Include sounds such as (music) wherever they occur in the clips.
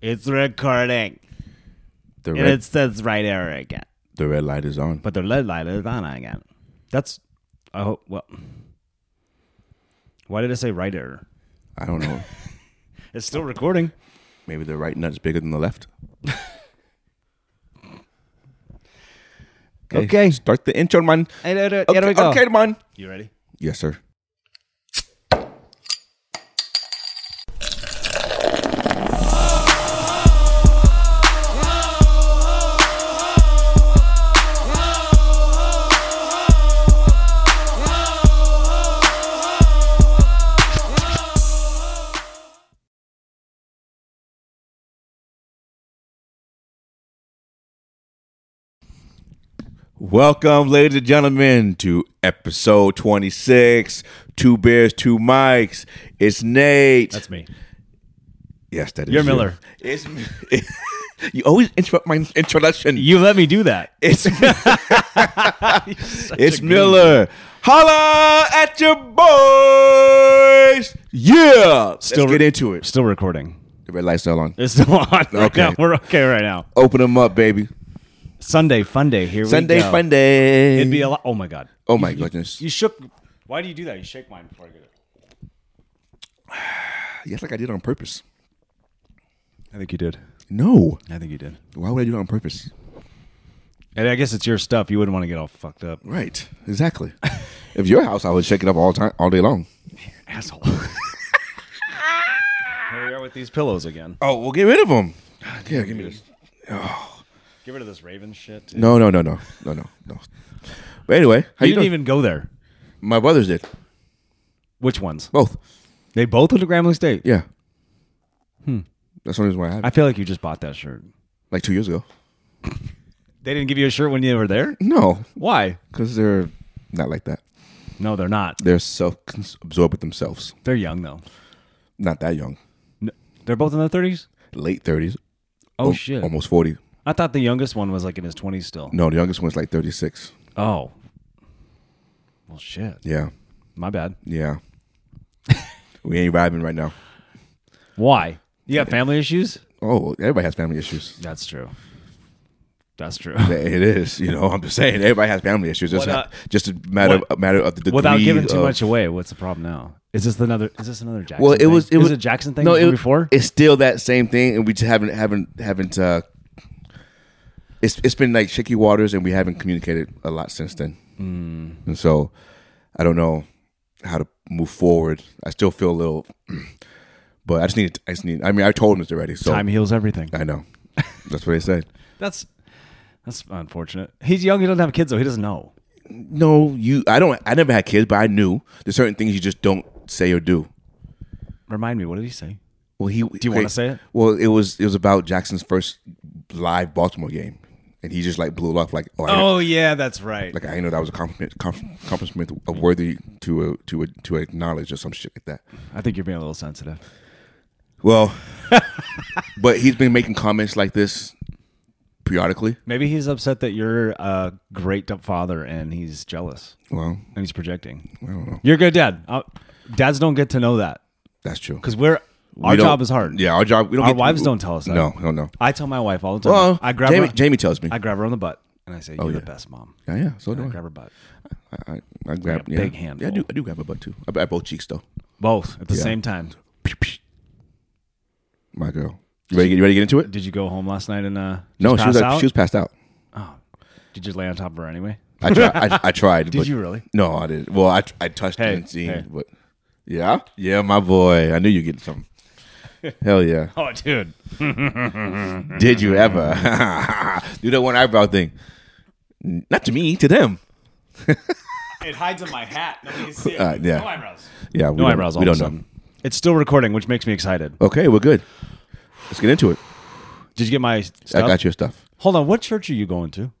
It's recording. The And red, it says right there again. the red light is on. But the red light is on again. That's, I hope, well. Why did I say right there? I (laughs) don't know. It's still recording. Maybe the right nut's bigger than the left. Okay. Start the intro, man. Hey, there, there, Okay, here we go. okay, man. You ready? Yes, sir. Welcome, ladies and gentlemen, to episode 26 Two Bears, Two Mics. It's Nate. That's me. yes, that is You're you. Miller. It's me. (laughs) you always interrupt my introduction. You let me do that. (laughs) It's, it's a Miller. Holla at your boys. Yeah. Still Let's re- get into it. Still recording. The red light's still on. It's still on. Right Okay. now. We're okay right now. Open them up, baby. Sunday, fun day. Here Sunday, we go. fun day. It'd be a lot. Oh my God. oh, my goodness. You shook. Why do you do that? You shake mine before I get it. yes, like I did on purpose. I think you did. No. I think you did. Why would I do that on purpose? And I guess it's your stuff. You wouldn't want to get all fucked up. Right. (laughs) Exactly. if your house, I would shake it up all time, all day long. (laughs) Asshole. Here we are with these pillows again. Oh, we'll get rid of them. Yeah, give me this. Get rid of this Raven shit. Dude. No, no, no, no, no, no, no. But anyway, how You, you, didn't doing? even go there. My brothers did Which ones? both. They both went to Grambling State. Yeah. Hmm. That's one reason why Hmm. I had I it. feel like you just bought that shirt. like two years ago. They didn't give you a shirt when you were there? No, Why? because they're not like that. No, they're not. They're self-absorbed with themselves. They're young, though. Not that young. No, they're both in their 30s? Late thirties. Oh, shit. Almost forty. I thought the youngest one was like in his 20s still. No, the youngest one's like thirty-six. Oh. Well, shit. Yeah. My bad. (laughs) Yeah. we ain't vibing right now. Why? You got family issues? Oh, everybody has family issues. That's true. That's true. It is, you know. I'm just saying, everybody has family issues. It's What, not- uh, just a matter what- a matter of the degree. Without giving too of- much away, what's the problem now? Is this another? Is this another Jackson? Well, it thing? was it Is was a Jackson thing No, from it, before. it's still that same thing, and we just haven't haven't haven't. Uh, it's it's been like shaky waters, and we haven't communicated a lot since then. Hmm. Mm. And so, I don't know how to move forward. I still feel a little, (clears throat) but I just need I just need. I mean, I told him this already, so Time heals everything. (laughs) I know. That's what they said. That's that's unfortunate. He's young. He doesn't have kids, so he doesn't know. No, you. I don't. I never had kids, but I knew there's certain things you just don't say or do. Remind me, what did he say? Well, he. Do you wanna say it? Well, it was it was about Jackson's first live Baltimore game, and he just like blew it off like oh, I didn't- Oh yeah, that's right. like I didn't know that was a compliment com- compliment a worthy to uh to uh to acknowledge or some shit like that. I think you're being a little sensitive. Well, (laughs) but he's been making comments like this periodically. Maybe he's upset that you're a great father and he's jealous Well, and he's projecting. I don't know. You're a good dad. Uh, dads don't get to know that That's true. because we're We our don't- job is hard. Yeah, our job. We don't Our get- wives don't tell us that. No, no, no. I tell my wife all the time. Well, I grab Jamie, her. Jamie tells me. I grab her on the butt and I say, "You're yeah. the best mom." yeah, yeah. So do I I. grab her butt. I, I, I grab a yeah. big Yeah, I handful. do. I do grab a butt too. I, I both cheeks though. Both at the same time. My girl. You ready? You ready to get into it? Did you go home last night and uh? No, just she was pass like, out? she was passed out. Did you lay on top of her anyway? (laughs) I tried. I, I tried. Did but- you really? No, I didn't. Well, I I touched Hey, it and seen, hey. but yeah, yeah, my boy. I knew you (laughs) getting something. Hell yeah! (laughs) Oh, dude. Did you ever (laughs) do that one eyebrow thing? Not to me, to them. It hides in my hat. Nobody can see it. Uh, yeah. No eyebrows. Yeah, we No don't, eyebrows. We all don't of a know. sudden. It's still recording, which makes me excited. Okay, we're good. Let's get into it. Did you get my stuff? I got your stuff. Hold on. What church are you going to?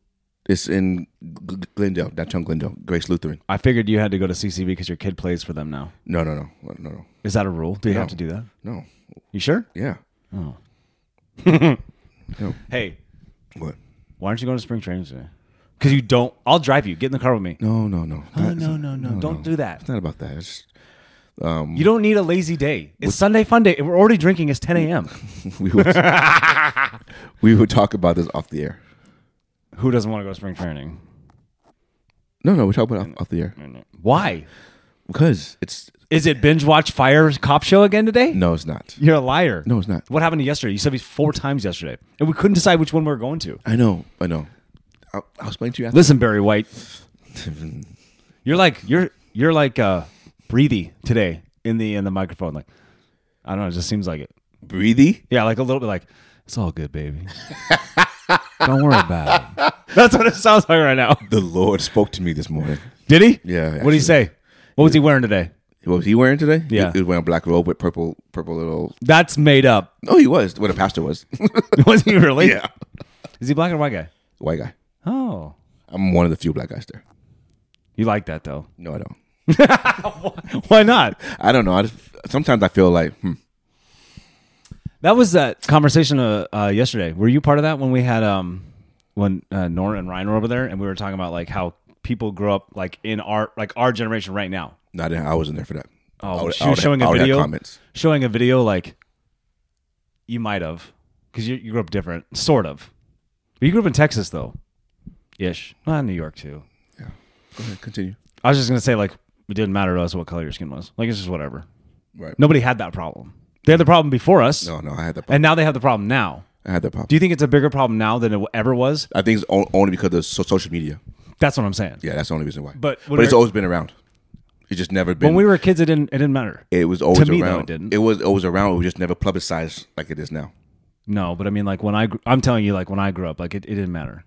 It's in Gl- Gl- Glendale, downtown Glendale, Grace Lutheran. I figured you had to go to CCB because your kid plays for them now. No, no, no, no, no, Is that a rule? Do you have to do that? no. You sure? Yeah. Oh. No. Hey, What? why aren't you going to spring training today? Because you don't. I'll drive you. Get in the car with me. No, no, no. No, That's- no, no, no. Don't do that. It's not about that. It's you don't need a lazy day. It's Sunday fun day. We're already drinking. It's 10 a.m. (laughs) we would we would talk about this off the air. (laughs) Who doesn't want to go spring training? No, no, we talk about it off, off the air Why? because it's Is it binge watch Fire Cop Show again today? no, it's not. You're a liar. No, it's not. What happened to yesterday? You said these four times yesterday, and we couldn't decide which one we were going to. I know, I know. I'll, I'll explain to you after. Listen, Barry White, you're like you're you're like uh, breathy today in the in the microphone. Like I don't know, it just seems like it. (laughs) Breathy. Yeah, like a little bit like it's all good, (laughs) baby. don't worry about it. That's what it sounds like right now. The Lord spoke to me this morning. Did he? Yeah, What did actually. he say? What was he wearing today? What was he wearing today? Yeah. he, he was wearing a black robe with purple, purple little. That's made up. (laughs) Oh, he was what a pastor was. (laughs) was he really? yeah, Is he black or white guy? white guy. Oh, I'm one of the few black guys there. you like that though? (laughs) No, I don't. Why not? I don't know. I just sometimes I feel like hmm, That was that conversation uh, uh, yesterday. Were you part of that when we had um when uh, Nora and Ryan were over there and we were talking about like how people grew up like in our like our generation right now no, I, didn't, I wasn't there for that. Oh, I would- she I was would- showing I a would have video? Comments. showing a video like you might have because you, you grew up different sort of but you grew up in Texas though ish well in New York too Go ahead, continue. I was just gonna say like it didn't matter to us what color your skin was like it's just whatever Right. nobody had that problem they had the problem before us No, no, I had that. Problem. and now they have the problem now I had that problem. do you think it's a bigger problem now than it ever was I think it's o- only because of so- social media. that's what I'm saying Yeah, that's the only reason why. But when but it's we're- always been around. It's just never been. when we were kids, it didn't it didn't matter. it was always to me, though, around. it didn't. was always around. It was just never publicized like it is now. no, but I mean, like when I gr- I'm telling you, like when I grew up, like it, it didn't matter.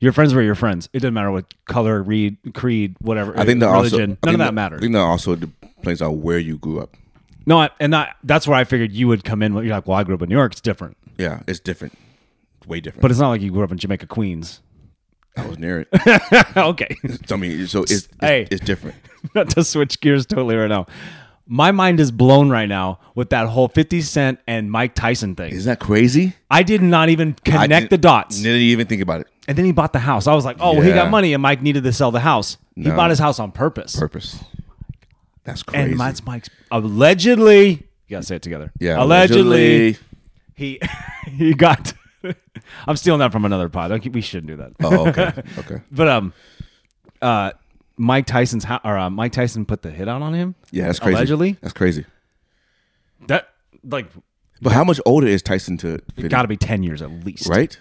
Your friends were your friends. It didn't matter what color, read, creed, whatever. I think that also. religion. I none think of that I mattered. think that also depends on where you grew up. No, I, and that, that's where I figured you would come in. When you're like, well, I grew up in New York. It's different, Yeah, it's different. Way different. but it's not like you grew up in Jamaica, Queens. (laughs) I was near it. okay, So, I mean, so it's it's, Hey. it's different. (laughs) not to switch gears totally right now. My mind is blown right now with that whole 50 Cent and Mike Tyson thing. Isn't that crazy? I did not even I connect didn't- the dots. Didn't even think about it. And then he bought the house. I was like, oh, well, he Yeah. got money, and Mike needed to sell the house. He No. bought his house on purpose. Purpose. That's crazy. and that's Mike's allegedly. You gotta say it together. yeah, allegedly, he (laughs) he got. (laughs) I'm stealing that from another pod. Okay, We shouldn't do that. (laughs) Oh, okay. Okay. But um, uh, Mike Tyson's ho- or uh, Mike Tyson put the hit out on him. Yeah, that's crazy. Allegedly? that's crazy. That like But how much older is Tyson to Fitty, got to be ten years at least, right?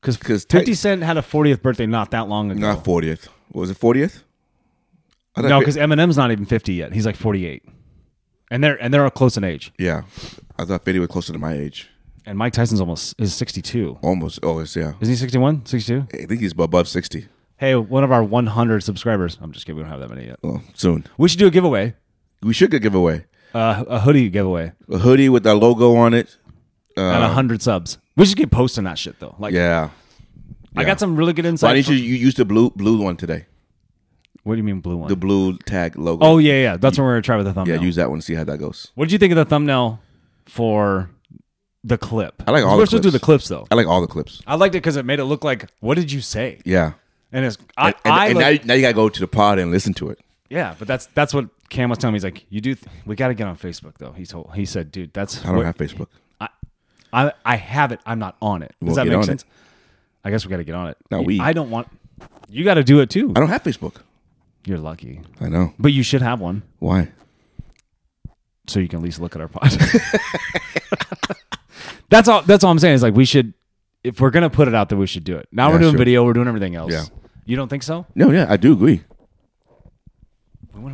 Because 'Cause Ty- Fifty Cent had a 40th birthday not that long ago. Not fortieth. Was it fortieth? no, because Eminem's not even 50 yet. He's like 48, and they're and they're close in age. yeah, I thought Fitty was closer to my age. And Mike Tyson's almost is 62. Almost. Oh, it's yeah. Isn't he 61? 62? I think he's above sixty. Hey, one of our 100 subscribers. I'm just kidding. We don't have that many yet. Well, Oh, soon We should do a giveaway, we should get a giveaway uh, a hoodie giveaway, a hoodie with our logo on it. and 100 subs. We should keep posting that shit though. Like, Uh, Yeah. I got some really good Why insight. didn't you, you use the blue blue one today? what do you mean blue one? The blue tag logo. oh yeah, yeah. That's when we're gonna try with the yeah. thumbnail. Use that one. See how that goes. what did you think of the thumbnail for the clip? I like all We're the supposed to do the clips though. I like all the clips. I liked it because it made it look like what did you say? Yeah. And it's I, And, I and like- now, you- now you gotta go to the pod and listen to it. Yeah, but that's that's what Cam was telling me. He's like, you do. Th- we got to get on Facebook though. He told he said, dude, that's I don't have Facebook. I, I I have it. I'm not on it. Does Well, that get make on sense? I guess we got to get on it. No, You- we- I don't want. You got to do it too. I don't have Facebook. You're lucky, I know but you should have one why. so you can at least look at our (laughs) pod. (laughs) that's all. That's all I'm saying is like we should. If we're gonna put it out there, we should do it. Now we're Yeah, doing sure. video. We're doing everything else. Yeah. You don't think so? No, yeah, I do agree.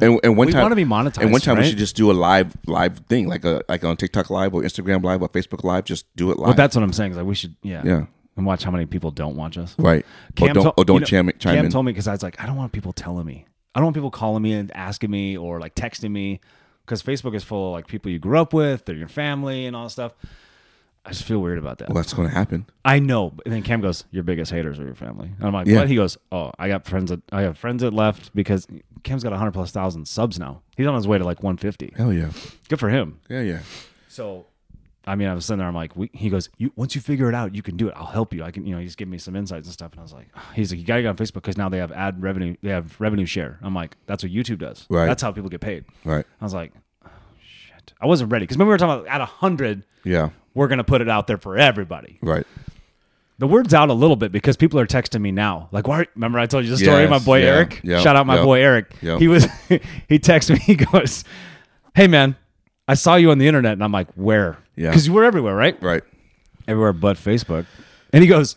And, and one we time wanna be monetized, And one time right? we should just do a live live thing, like a like on TikTok live or Instagram live or Facebook live. Just do it live. But that's what I'm saying. Is like we should. Yeah. Yeah. And watch how many people don't watch us. right. Cam or don't, tol- or don't you know, chime, in- chime Cam in. told me because I was like, I don't want people telling me. I don't want people calling me and asking me or like texting me because Facebook is full of like people you grew up with, they're your family and all that stuff. I just feel weird about that. well, that's going to happen. I know. And then Cam goes, "Your biggest haters are your family." And I'm like, Yeah. "What?" He goes, "Oh, I got friends. That, I have friends that left because Cam's got 100 plus thousand subs now. He's on his way to like 150. Hell yeah, Good for him." yeah, yeah. So I mean, I was sitting there. I'm like, we, he goes, you, once you figure it out, you can do it. I'll help you. I can, you know, he's giving me some insights and stuff. And I was like, (sighs) he's like, you gotta get on Facebook because now they have ad revenue. They have revenue share. I'm like, that's what YouTube does. Right. That's how people get paid. Right. I was like, oh, shit. I wasn't ready because when we were talking about at hundred, Yeah. we're gonna put it out there for everybody. Right. The word's out a little bit because people are texting me now. Like, why? Remember, I told you the story. Yes, my boy yeah, Eric. yeah, Shout out my yeah, boy Eric. yeah. He was. (laughs) he texts me. He goes, "Hey man, I saw you on the internet," and I'm like, "Where? Yeah. because you were everywhere, right? Right. Everywhere but Facebook." And he goes,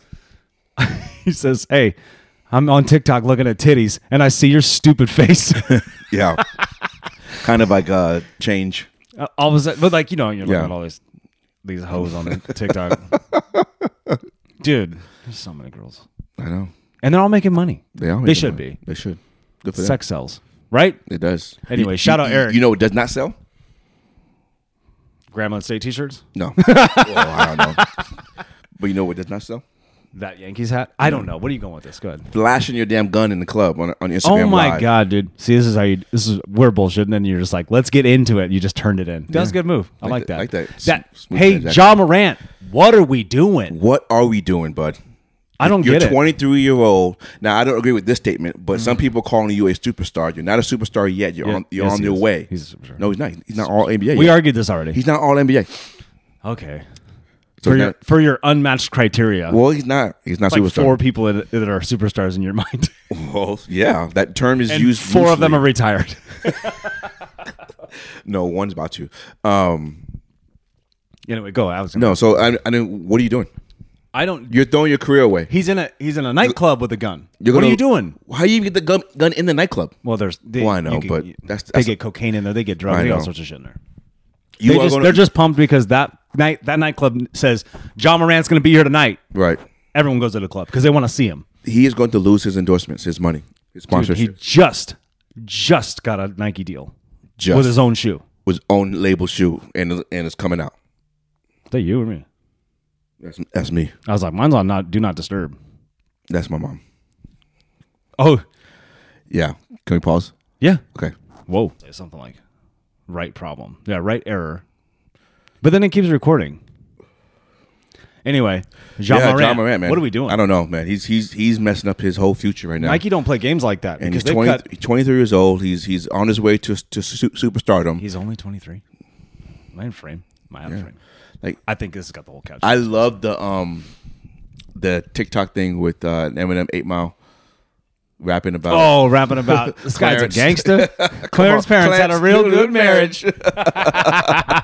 (laughs) he says, "Hey, I'm on TikTok looking at titties, and I see your stupid face." (laughs) Yeah. (laughs) kind of like uh change. All of a sudden, but like you know, you're looking Yeah. at all these these hoes on (laughs) the TikTok, dude. There's so many girls, I know. and they're all making money. They are. They making should money. be. They should. Good for Sex sells, right? them. It does. Anyway, You- shout you- out you- Eric. You know what does not sell? Gremlin State T-shirts, (laughs) No. well, I don't know. But you know what does not sell? that Yankees hat. I don't know. What are you going with this? Go ahead. Flashing your damn gun in the club on, on Instagram. Oh my Live. god, dude! See, this is how you. This is we're bullshit, and then you're just like, let's get into it. You just turned it in. That was a good move. I like, that. Like that- like that. S- smooth hey, transaction. John Morant, what are we doing? What are we doing, bud? I don't You're get it. Mm. 23 year old. Now I don't agree with this statement, but some people calling you a superstar. You're not a superstar yet. You're Yeah, on. You're yes, on he your is. way. He's a superstar. no, he's not. He's not all NBA. We yet. argued this already. He's not all NBA. okay. So for now- your for your unmatched criteria, well, he's not. He's not like superstar. four people that, that are superstars in your (laughs) mind. Well, yeah, that term is and used. four of them are loosely. retired. (laughs) No, one's about to. Um, anyway, go. I was. no, so I, I didn't. What are you doing? I don't. You're throwing your career away. He's in a he's in a nightclub with a gun. You're what gonna- are you doing? How do you even get the gun, gun in the nightclub? Well, there's they, Well, I know, you can- but you- that's- they that's- get cocaine in there, they get drugs, I they get all know. sorts of shit in there. You they just, gonna- they're just pumped because that night that nightclub says John Morant's going to be here tonight. right. Everyone goes to the club because they want to see him. He is going to lose his endorsements, his money, Dude, his sponsorship he just just got a Nike deal Just. with his own shoe. with his own label shoe, and and it's coming out. Is that you or me? That's, that's me. I was like, mine's on not do not disturb. That's my mom. Oh Yeah. Can we pause? yeah, Okay. whoa, Say something like right problem, yeah, right error. But then it keeps recording. Anyway, Jean yeah, Morant, John Morant, man. What are we doing? I don't know, man. He's he's he's messing up his whole future right now. Nike don't play games like that and because he's they 20, cut 23 years old. He's he's on his way to to su- superstardom. He's only 23. My frame. My frame. Like I think this has got the whole couch. I love the um the TikTok thing with uh, Eminem Eight Mile rapping about oh, rapping about (laughs) this guy's a Clarence. gangster. (laughs) Clarence Oh, parents had a Clarence, real good marriage.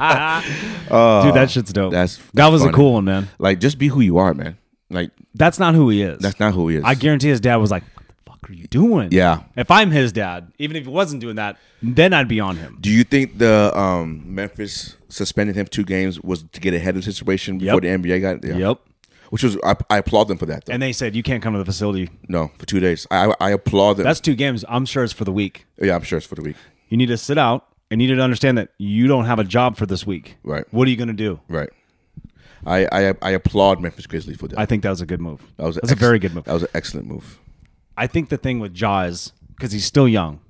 Dude, that shit's dope. Oh, that's that was a funny. cool one, man. (laughs) like just be who you are, man. Like That's not who he is. that's not who he is. I guarantee his dad was like, "What the fuck are you doing?" Yeah. If I'm his dad, even if he wasn't doing that, then I'd be on him. Do you think the um, Memphis suspended him two games was to get ahead of the situation before Yep. the NBA got yeah. Yep. Which was I, I applaud them for that. Though. And they said you can't come to the facility. no, for two days. I I applaud them. That's two games. I'm sure it's for the week. yeah, I'm sure it's for the week. You need to sit out and you need to understand that you don't have a job for this week. Right. What are you going to do? Right. I I, I applaud Memphis Grizzlies for that. I think that was a good move. that was an That's a ex- very good move. That was an excellent move. I think the thing with Jaws because he's still young,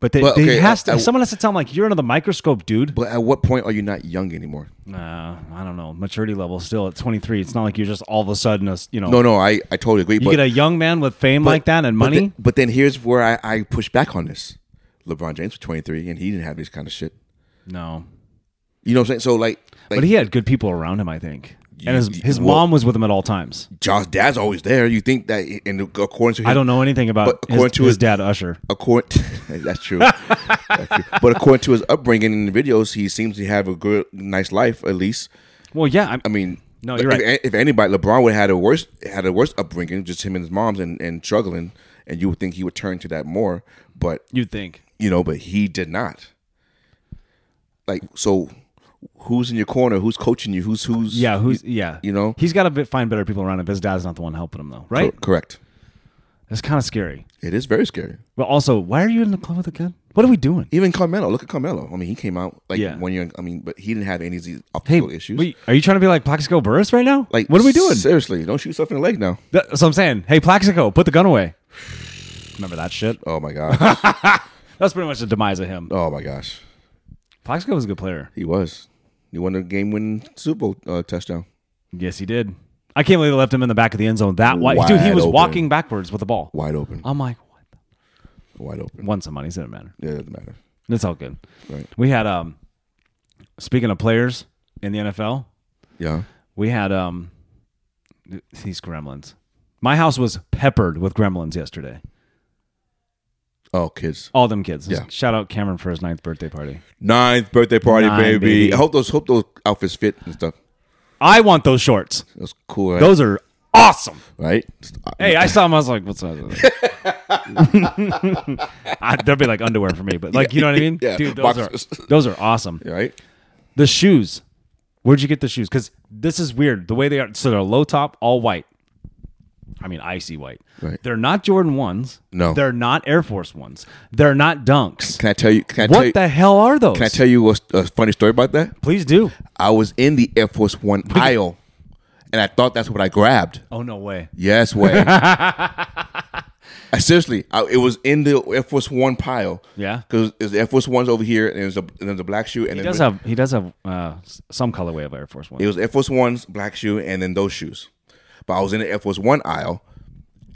but they, But, they okay, has to. I- I- someone has to tell him like you're under the microscope, dude. But at what point are you not young anymore? Nah, I don't know. Maturity level still at 23. It's not like you're just all of a sudden a s- you know. No, no, I, I totally agree. you but, get a young man with fame but- like that and but money. then- but then here's where I, I push back on this. LeBron James was 23 and he didn't have this kind of shit. no, You know what I'm saying? So like, like but he had good people around him. I think, and his you- his well- mom was with him at all times. John's dad's always there. You think that, and according to him, I don't know anything about But his, according to his his- dad, Usher. According, (laughs) that's true. That's true. But according to his upbringing in the videos, he seems to have a good, nice life. At least, Well, yeah, I'm, I mean, No, you're right. If, if anybody, LeBron would have had a worse had a worse upbringing, just him and his mom's and and struggling, and you would think he would turn to that more. But you'd think. you know, but he did not. Like so, who's in your corner? Who's coaching you? Who's who's? Yeah, who's yeah? you know? he's got to bit, find better people around him. His dad's not the one helping him though, right? Cor- correct. That's kind of scary. It is very scary. But also, why are you in the club with a gun? What are we doing? Even Carmelo, look at Carmelo. I mean, he came out like Yeah. one year. I mean, but he didn't have any of these Hey, optical issues. wait, are you trying to be like Plaxico Burris right now? Like, what are we doing? Seriously, don't shoot yourself in the leg now. That's what I'm saying. Hey, Plaxico, put the gun away. Remember that shit? Oh (laughs) my gosh. That's pretty much the demise of him. oh my gosh. Plaxico was a good player. He was. He won the game winning Super Bowl uh, touchdown. Yes, he did. I can't believe they left him in the back of the end zone that wide. Dude, he Wide was open. walking backwards with the ball. Wide open. I'm like, what? the- Wide open. Won some money. It doesn't matter. Yeah, doesn't matter. It's all good. Right. We had um, speaking of players in the NFL, Yeah. we had um, these gremlins. My house was peppered with gremlins yesterday. Oh, kids. All them kids. Yeah. Shout out Cameron for his ninth birthday party. Ninth birthday party, Nine, baby. baby. I hope those hope those outfits fit and stuff. I want those shorts. That's cool, right? Those are awesome. right? Hey, I saw them. I was like, what's up? (laughs) I, that'd be like underwear for me, but like, you know what I mean? Yeah, Dude, those boxers. (laughs) are, those are awesome. Right? The shoes. Where'd you get the shoes? Because this is weird. The way they are. So they're low top, all white. I mean, icy white. Right. They're not Jordan 1s. No. They're not Air Force 1s. They're not Dunks. Can I tell you? Can I tell you? What the hell are those? Can I tell you a, a funny story about that? Please do. I was in the Air Force One aisle, and I thought that's what I grabbed. Oh, no way. Yes, (laughs) way. I, seriously, I, it was in the Air Force One pile. Yeah. because the Air Force One's over here, and there's a and there's a black shoe, and He then does have, he does have uh, s- some colorway of Air Force 1. it was Air Force One's black shoe, and then those shoes. But I was in the Air Force One aisle,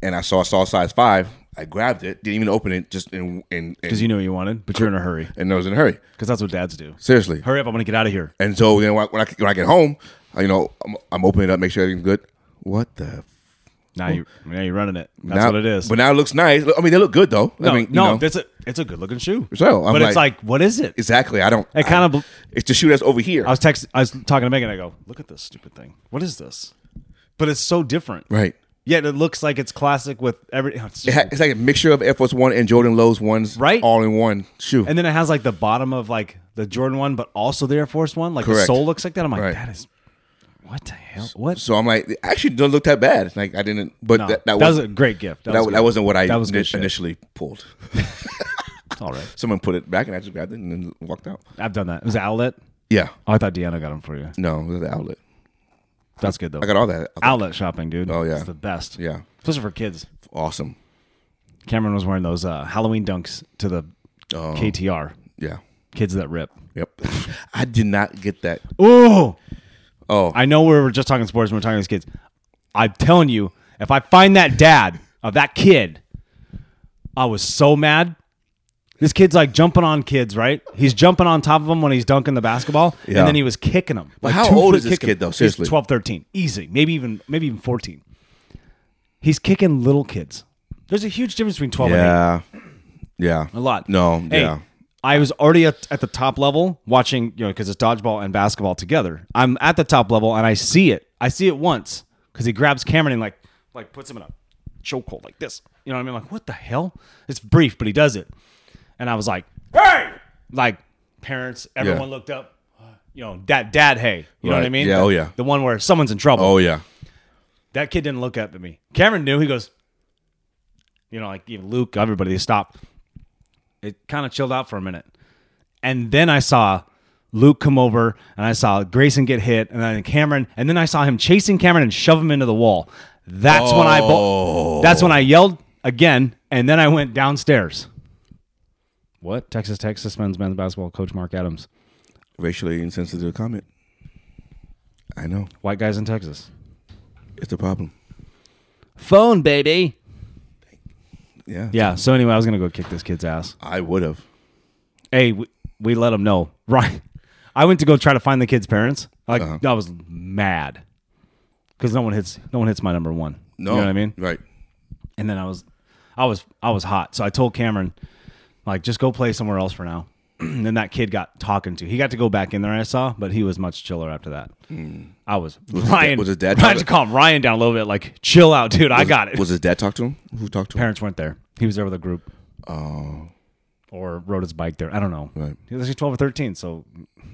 and I saw I saw size five. I grabbed it, didn't even open it, just in in Because and, you knew what you wanted, but you're in a hurry. and I was in a hurry. Because that's what dads do. Seriously, Hurry up, I'm gonna get out of here. And so then when I, when I, when I get home, I, you know, I'm, I'm opening it up, make sure everything's good. What the? F- Now you now you're running it. That's now- what it is. But now it looks nice. I mean, they look good though. no, I mean, you no, know. that's a it's a good looking shoe. So, I'm but it's like- like, what is it? exactly. I don't. It kind I- of bl- It's the shoe that's over here. I was text I was talking to Megan, I go, look at this stupid thing. What is this? But it's so different. right. Yet it looks like it's classic with every oh, it's It just- ha- it's like a mixture of Air Force One and Jordan Lowe's ones, Right. All in one shoe. and then it has like the bottom of like the Jordan one, but also the Air Force one. Like the Correct. sole looks like that. I'm like, Right. that is what the hell? What so I'm like, it actually doesn't look that bad. Like I didn't, but No, that, that, was a wasn't great gift. that, was that good. wasn't what I That was ini- good shit. initially pulled. (laughs) It's all right. Someone put it back, and I just grabbed it and then walked out. I've done that. It was an outlet. Yeah. Oh, I thought Deanna got them for you. No, it was the outlet. That's good though. I got all that. outlet shopping, dude. Oh, yeah. it's the best. Yeah. especially for kids. Awesome. Cameron was wearing those uh, Halloween dunks to the Oh. KTR. Yeah. Kids that rip. (laughs) Yep. I did not get that. Ooh, Oh, I know we were just talking sports and we are talking these kids. I'm telling you, if I find that dad of that kid, I was so mad. This kid's like jumping on kids, right? He's jumping on top of them when he's dunking the basketball, Yeah. and then he was kicking them. Like how two old foot is this kick 'em. kid, though? He's Seriously. 12, 13. easy, maybe even maybe even fourteen. He's kicking little kids. There's a huge difference between twelve and eight. yeah, yeah. a lot. No, Hey, yeah. I was already at, at the top level watching, you know, because it's dodgeball and basketball together. I'm at the top level and I see it. I see it once because he grabs Cameron and like, like puts him in a chokehold like this. You know what I mean? Like, what the hell? It's brief, but he does it. And I was like, hey, like parents, everyone Yeah. looked up. You know, dad, dad, hey, you know what I Right. mean? Yeah, The- oh, yeah. The one where someone's in trouble. Oh yeah. That kid didn't look up at me. Cameron knew. He goes, you know, like even Luke, everybody, they stopped. It kind of chilled out for a minute. And then I saw Luke come over and I saw Grayson get hit and then Cameron. And then I saw him chasing Cameron and shove him into the wall. That's when I bo- that's when I yelled again. And then I went downstairs. What? Texas Tech suspends men's basketball coach Mark Adams. Racially insensitive comment. I know White guys in Texas. it's a problem. Phone, baby. Yeah. Yeah. So anyway, I was gonna go kick this kid's ass. I would have. hey, we, we let them know. (laughs) Right. I went to go try to find the kid's parents. Like Uh-huh. I was mad because no one hits no one hits my number one. No. you know what I mean. Right. And then I was, I was, I was hot. So I told Cameron, like, just go play somewhere else for now. (clears throat) and then that kid got talking to. He got to go back in there. I saw, but he was much chiller after that. I was, his Ryan. dad- Hmm. was his (laughs) dad I had to calm Ryan down a little bit. Like, chill out, dude. I got it. Was his dad talk to him? Who talked to him? Parents weren't there. He was there with a group. Oh. Or rode his bike there. I don't know. Right. He was actually twelve or thirteen, so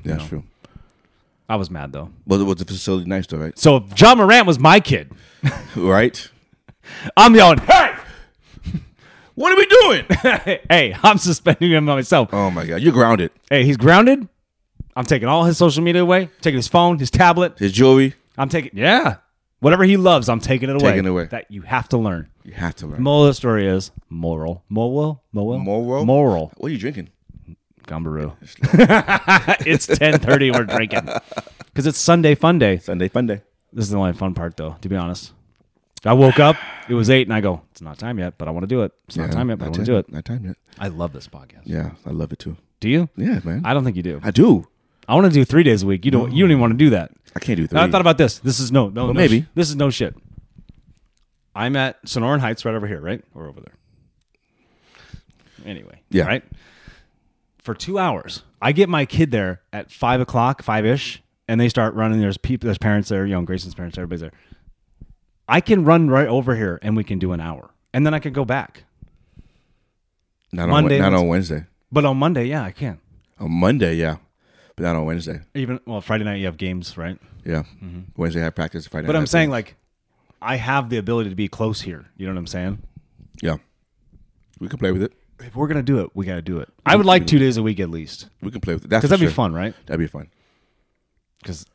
Yeah, that's true. I was mad though. But it was the facility nice (laughs) though, right? So if John Morant was my kid, Right. I'm yelling, hey, (laughs) What are we doing? hey, I'm suspending him by myself. oh my god, you're grounded. Hey, he's grounded. I'm taking all his social media away, taking his phone, his tablet. His jewelry, I'm taking, yeah, whatever he loves, I'm taking it away. Taking it away. That you have to learn. you have to learn. Moral of the story is moral. Moral? Moral? Moral? Moral. what are you drinking? Gumbaroo. (laughs) it's ten thirty. We're drinking because it's Sunday Fun Day. Sunday fun day. This is the only fun part, though. To be honest, I woke up. It was eight, and I go, "It's not time yet, but I want to do it. It's not time yet, but I want to do it." Not time yet. I love this podcast. Yeah, I love it too. Do you? Yeah, man. I, I don't think you do. do. I want to do three days a week. You don't. You don't even want to do that. I can't do three. Now I thought about this. This is no, no, no maybe. sh- this is no shit. I'm at Sonoran Heights, right over here, right, or over there. Anyway, Yeah. right. For two hours, I get my kid there at five o'clock, five ish, and they start running. There's people, there's parents there, you know, Grayson's parents, everybody's there. I can run right over here, and we can do an hour, and then I could go back. not on Monday, Monday, not on Wednesday. But on Monday, yeah, I can. On Monday, yeah, but not on Wednesday. Even well, Friday night you have games, right? Yeah, Wednesday I have practice. Friday, Mm-hmm. But I I'm have- saying like, I have the ability to be close here. You know what I'm saying? yeah, we can play with it. if we're gonna do it, we gotta do it. I would like two days a week at least, We can play with it. That's because for that'd be sure. fun, right? That'd be fun. Because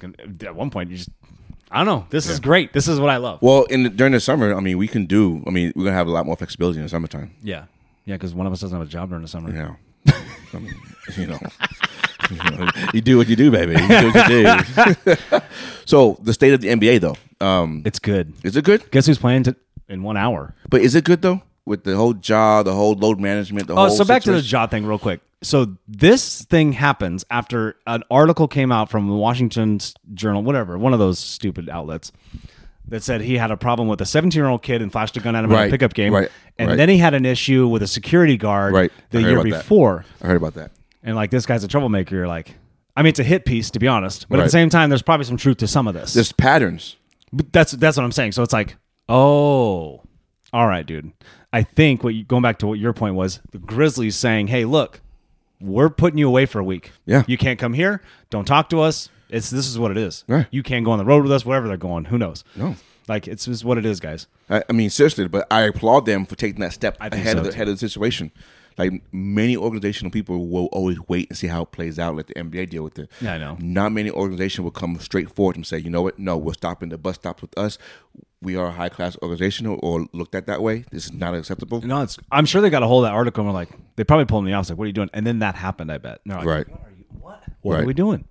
gonna at one point you just, I don't know. This is great. This is what I love. Well, in the, during the summer, I mean, we can do. I mean, we're gonna have a lot more flexibility in the summertime. yeah, yeah. Because one of us doesn't have a job during the summer. Yeah, I mean, (laughs) you know, you know, you do what you do, baby. You do what you do. (laughs) so the state of the NBA, though, um, It's good. is it good? Guess who's playing to, in one hour? But is it good though? With the whole job, the whole load management, the Oh, whole. so back to the situation? job thing, real quick. So this thing happens after an article came out from the Washington Journal, whatever, one of those stupid outlets, that said he had a problem with a 17 year old kid and flashed a gun at him at a Right, pickup game, right, and right. then he had an issue with a security guard Right. the I heard year about that. before, I heard about that. and like this guy's a troublemaker. You're like, I mean, it's a hit piece to be honest, but at the Right. same time, there's probably some truth to some of this. There's patterns. But that's that's what I'm saying. So it's like, oh, all right, dude. I think what you, going back to what your point was, the Grizzlies saying, "Hey, look, we're putting you away for a week. Yeah. you can't come here. Don't talk to us. It's this is what it is. Right. You can't go on the road with us. Wherever they're going, who knows? No. like it's just what it is, guys. I, I mean, seriously, but I applaud them for taking that step think ahead so, of the too. ahead of the situation. Like many organizational people will always wait and see how it plays out, let the NBA deal with it. Yeah, I know. Not many organizations will come straight forward and say, you know what? No, we're stopping the bus stops with us. We are a high class organization, or looked at that way. This is not acceptable. No, it's. I'm sure they got a hold of that article and were like, they probably pulled me off. It's Like, what are you doing? And then that happened. I bet. And they're like, Right. What are you? What? What are Right. we doing?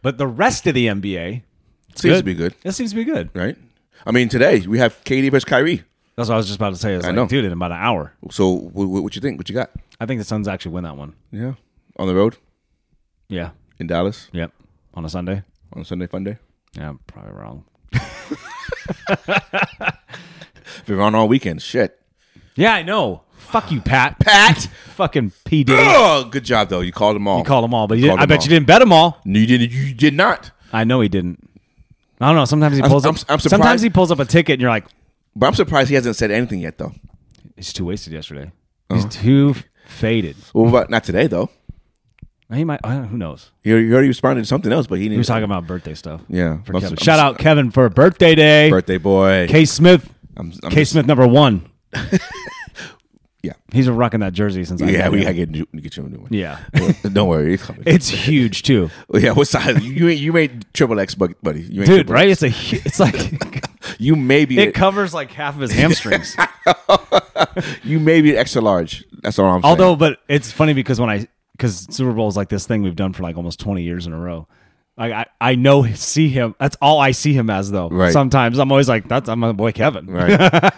But the rest of the NBA it's Seems good. to be good. It seems to be good. Right? I mean, today we have Katie versus Kyrie. That's what I was just about to say. Is like, know. dude, in about an hour, So, what, what you think? What you got? I think the Suns actually win that one. Yeah, on the road Yeah. in Dallas Yep. On a Sunday. on Sunday Fun Day. Yeah, I'm probably wrong. We're on all weekend. Shit, Yeah, I know. Fuck you, Pat. (sighs) Pat. Fucking P (clears throat) Diddy. You Oh, good job though. You called them all. You called them all, but you didn't, Called I them bet all. you didn't bet them all. No, you did. You did not. I know he didn't. I don't know. Sometimes he pulls I'm- up. I'm surprised- sometimes he pulls up a ticket, and you're like, But I'm surprised he hasn't said anything yet though. he's too wasted yesterday. Oh. He's too faded. Well, but not today though. He might. I don't- Who knows? He he already responded to something else, but he didn't. He was talking about birthday stuff. Yeah. For I'm- Kevin. I'm- Shout out Kevin for birthday day. birthday boy. K Smith. I'm- I'm K Smith number one. (laughs) Yeah. He's been rocking that jersey since I yeah, met we him. gotta get new, get you a new one. Yeah. (laughs) Don't worry, it's coming. It's huge too, (laughs) yeah, what size? You ain't you ain't triple X, bu- buddy. You ain't dude. triple- Right? It's a. hu- It's (laughs) like (laughs) You may be it covers like half of his hamstrings. you may be extra large. That's all I'm saying. Although, but it's funny because when I because Super Bowl is like this thing we've done for like almost twenty years in a row. Like I, I know see him. That's all I see him as though. Right. Sometimes I'm always like, that's I'm my boy Kevin. right. (laughs)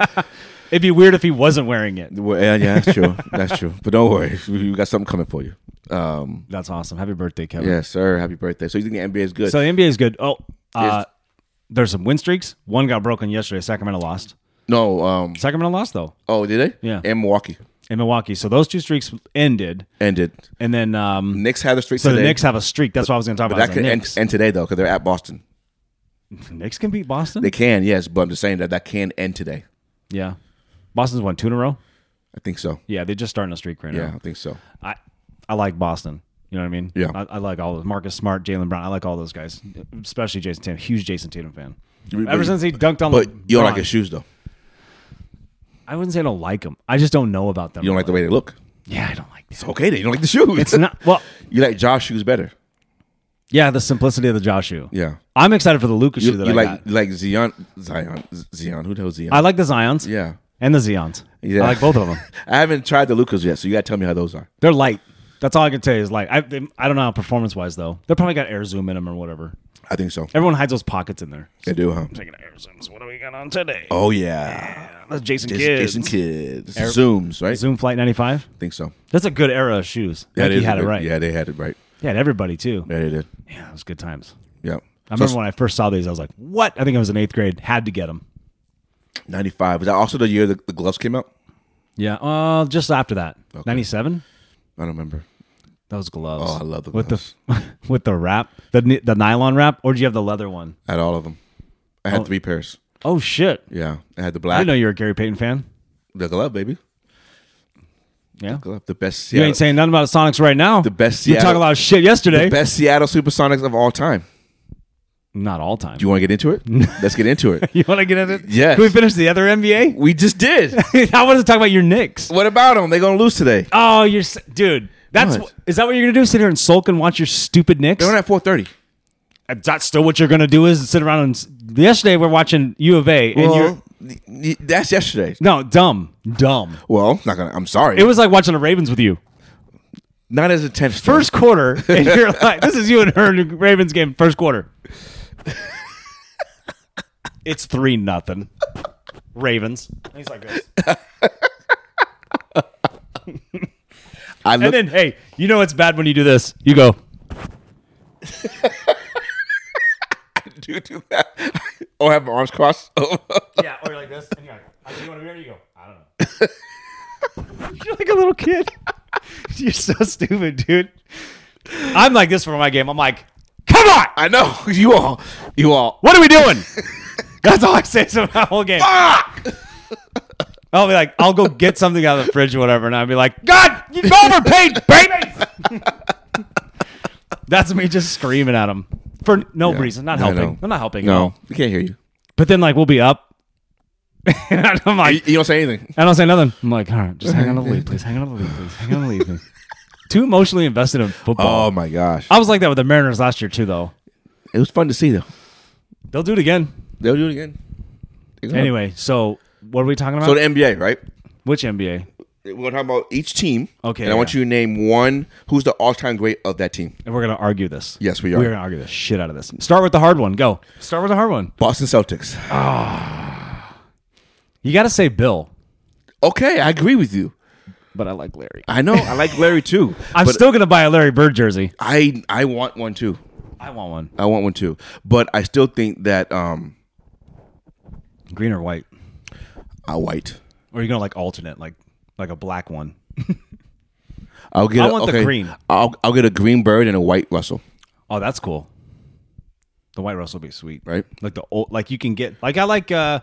It'd be weird if he wasn't wearing it. Well, yeah, yeah, that's true. (laughs) That's true. But don't worry, we we got something coming for you. Um, That's awesome. Happy birthday, Kevin. yeah, sir. Happy birthday. So you think the NBA is good? So the NBA is good. Oh, uh, there's some win streaks. One got broken yesterday. Sacramento lost. no. Um. Sacramento lost though Oh, did they? Yeah. And Milwaukee in Milwaukee. So those two streaks ended, ended. and then um, Knicks had a streak so today. the Knicks have a streak. That's what I was going to talk but about. that is The could end, Knicks. end today though, because they're at Boston. Knicks can beat Boston. They can, yes, but I'm just saying that that can end today. yeah, Boston's won two in a row. I think so. Yeah, they're just starting a streak right Yeah, now. I think so. I I like Boston. You know what I mean? Yeah. I, I like all those Marcus Smart, Jalen Brown. I like all those guys, especially Jason Tatum. Huge Jason Tatum fan. But- Ever since he dunked on, But you LeBron. don't like his shoes though. I wouldn't say I don't like him. I just don't know about them. You don't like the way they look. yeah, I don't like (laughs) them. It's okay. Then you don't like the shoes. It's not well. you like Josh shoes better. Yeah, the simplicity of the Joshu. Yeah. I'm excited for the Lucas You, shoe that you I like got. you like Zion Zion Zion. Who the hell's Zion? I like the Zions. yeah. and the Zeons. Yeah. I like both of them. (laughs) I haven't tried the Lucas yet, so you gotta tell me how those are. They're light. That's all I can tell you is like I they, I don't know how performance wise though. They probably got air zoom in them or whatever. I think so. Everyone hides those pockets in there. They do, huh? Taking air zooms. What do we got on today? Oh yeah, That's Jason Jason, Kidd. Jason Kidd. Zooms, right? Zoom Flight 95. I think so. That's a good era of shoes. That Nike is had good- it right. Yeah, they had it right. Yeah, and everybody too. Yeah, they did. Yeah, it was good times. Yeah. I So remember when I first saw these, I was like, "What?" I think I was in eighth grade. Had to get them. ninety five. Was that also the year the, the gloves came out? Yeah. Uh, just after that, ninety-seven. I don't remember. That was gloves. Oh, I love the with gloves. the (laughs) with the wrap, the ni- the nylon wrap, or do you have the leather one? I had all of them. I had three pairs. Oh shit! Yeah, I had I the black, didn't know you were a Gary Payton fan. the glove, baby, Yeah. glove. The best. You Seattle, ain't saying nothing about the Sonics right now. the best. You Seattle, talk a lot of shit yesterday. the best Seattle Supersonics of all time. Not all time. Do you want to get into it? Let's get into it. (laughs) You want to get into it? Yes. Can we finish the other NBA? We just did. (laughs) I wanted to talk about your Knicks. what about them? They gonna lose today? Oh, you're s- dude. That's What? what? is that what you're gonna do? Sit here and sulk and watch your stupid Knicks? Uh, They're on at four thirty. That's still what you're gonna do is sit around and. s- Yesterday we're watching U of A and you're Well, y- y- that's yesterday. no dumb dumb. Well, not gonna. I'm sorry. It was like watching the Ravens with you. not as intense. though. First quarter, (laughs) and you're like, this is you and her in Ravens game. First quarter, it's three nothing. Ravens. And he's like this. I And looked. (laughs) then, hey, you know it's bad when you do this. You go. do do that. or have my arms crossed. Oh, Yeah, or you're like this, and you're like, "I do you want to be here?" You go, "I don't know." (laughs) you're like a little kid. you're so stupid, dude. I'm like this for my game. I'm like, "Come on, I know (laughs) you all. You all. what are we doing?" (laughs) That's all I say to my whole game. I'll be like, "I'll go get something out of the fridge or whatever," and I'll be like, "God, you (laughs) overpaid, baby." (laughs) That's me just screaming at him for no reason, not I helping. know. I'm not helping. at No, all. we can't hear you. but then like we'll be up. (laughs) and I'm like, You, you don't say anything. I don't say nothing. I'm like, all right, just hang on to the lead, please. Hang on to the lead, please. Hang on to the lead, please. (laughs) Too emotionally invested in football. Oh my gosh, I was like that with the Mariners last year too, though. it was fun to see though. They'll do it again. They'll do it again. They're gonna- Anyway, so what are we talking about? so the NBA, right? Which NBA? We're gonna talk about each team. Okay, and I want yeah. you to name one who's the all-time great of that team. And we're gonna argue this. Yes, we are. We're gonna argue the shit out of this. Start with the hard one. Go. Start with the hard one. Boston Celtics. You gotta say Bill, Okay, I agree with you. but (laughs) I like Larry. I know. I like Larry too. I'm Ah, but still gonna buy a Larry Bird jersey. I I want one too. I want one. I want one too. But I still think that um Green or white. I white. Or you're gonna like alternate, like like a black one. I'll get. I a- want the okay, green. I'll I'll get a green bird and a white Russell. Oh, that's cool. The white Russell will be sweet, Right. Like the old, like you can get, like I like. uh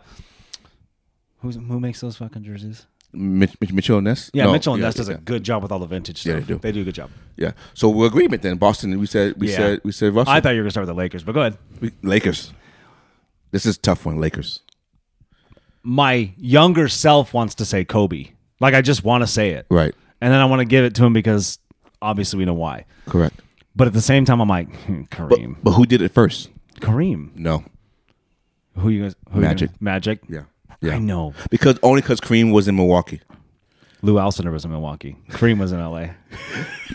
Who's who makes those fucking jerseys? Mitch, Mitch, Mitchell and Ness. Yeah, No, Mitchell and Ness does yeah, a good job with all the vintage stuff. Yeah, they do. They do a good job. Yeah. So we're agreement then. Boston. We said. We Yeah. said. We said Russell. I thought you were gonna start with the Lakers, but go ahead. We- Lakers. This is a tough one. Lakers. My younger self wants to say Kobe. Like I just want to say it, Right. and then I want to give it to him because obviously we know why. Correct. But at the same time, I'm like hmm, Kareem. But who did it first? Kareem. No. Who you guys? Who you Magic. gonna- Magic. Yeah. Yeah. I know. Because only because Kareem was in Milwaukee. Lou Alcindor was in Milwaukee. Kareem was in L.A.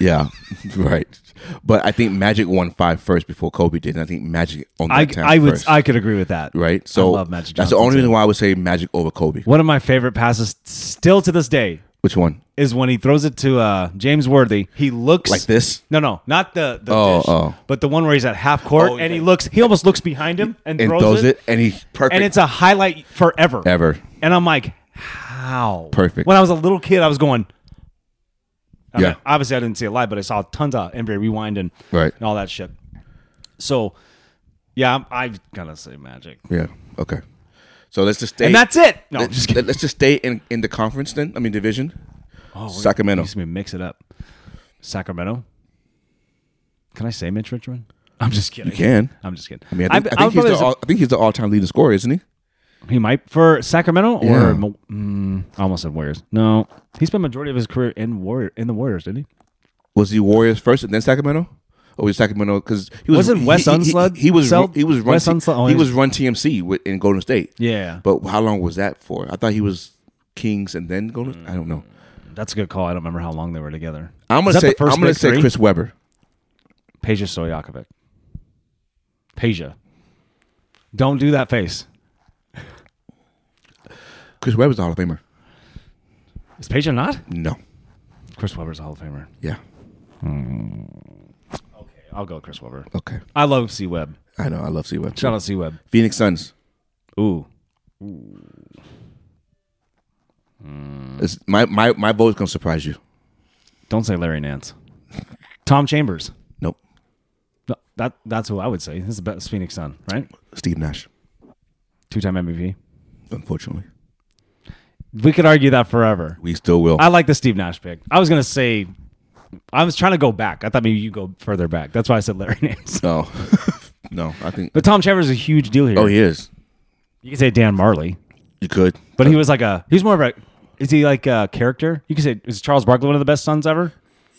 Yeah. (laughs) right. But I think Magic won five first before Kobe did, and I think Magic on that I, time I would first. I could agree with that. right. So I love Magic that's the Johnson, only too. reason why I would say Magic over Kobe. One of my favorite passes, still to this day, Which one? is when he throws it to uh, James Worthy. He looks Like this? No, no, not the the Oh, dish, oh. but the one where he's at half court Oh, and he yeah. looks. He almost looks behind him and, And throws, it, and he's perfect. and it's a highlight forever. ever. And I'm like, how Perfect. When I was a little kid, I was going. I Yeah. mean, obviously I didn't see it live, but I saw tons of NBA Rewind and Right. and all that shit. So, yeah, I'm, I'm gonna say Magic, Yeah. Okay. So let's just stay. and that's it. No, I'm Let, just kidding. us just stay in, in the conference then. I mean division. Oh, we're- Sacramento. Just gonna mix it up. Sacramento. Can I say Mitch Richmond? I'm just kidding. You can. I'm just kidding. I mean, I think, I think he's the all, I think he's the all-time leading scorer, isn't he? he might for Sacramento Yeah. or Mo- mm, I almost said Warriors. No, he spent majority of his career in Warrior in the Warriors, didn't he? Was he Warriors first and then Sacramento? Or was Sacramento because he was Wasn't he- Wes he- he- Unseld He, was sold- he was run Wes T- Unseld- oh, he he- was run TMC with, in Golden State. Yeah, But how long was that for? I thought he was Kings and then Golden. I don't know. That's a good call. I don't remember how long they were together. I'm Mm. Is gonna that say the first I'm gonna big say three? Chris Webber. Peja Stojakovic. Peja. Don't do that face. Chris Webber's a Hall of Famer. Is Peja not? No. Chris Webber's a Hall of Famer. Yeah. Okay, I'll go with Chris Webber. Okay. I love C Web. I know. I love C Webb. Shout out C Web. Phoenix Suns. Ooh. Mm. It's, my my my vote's gonna surprise you. Don't say Larry Nance. Tom Chambers. Nope. No, that that's who I would say. This is the best Phoenix Sun, right? Steve Nash. Two time MVP. Unfortunately, We could argue that forever. we still will. I like the Steve Nash pick. I was gonna say I was trying to go back. I thought maybe you go further back. That's why I said Larry (laughs) Nance. no. (laughs) no. I think. But Tom Chambers is a huge deal here. Oh, he is. You could say Dan Marley. You could. But he was like a. He was more of a. Is he like a character? You could say is Charles Barkley one of the best sons ever?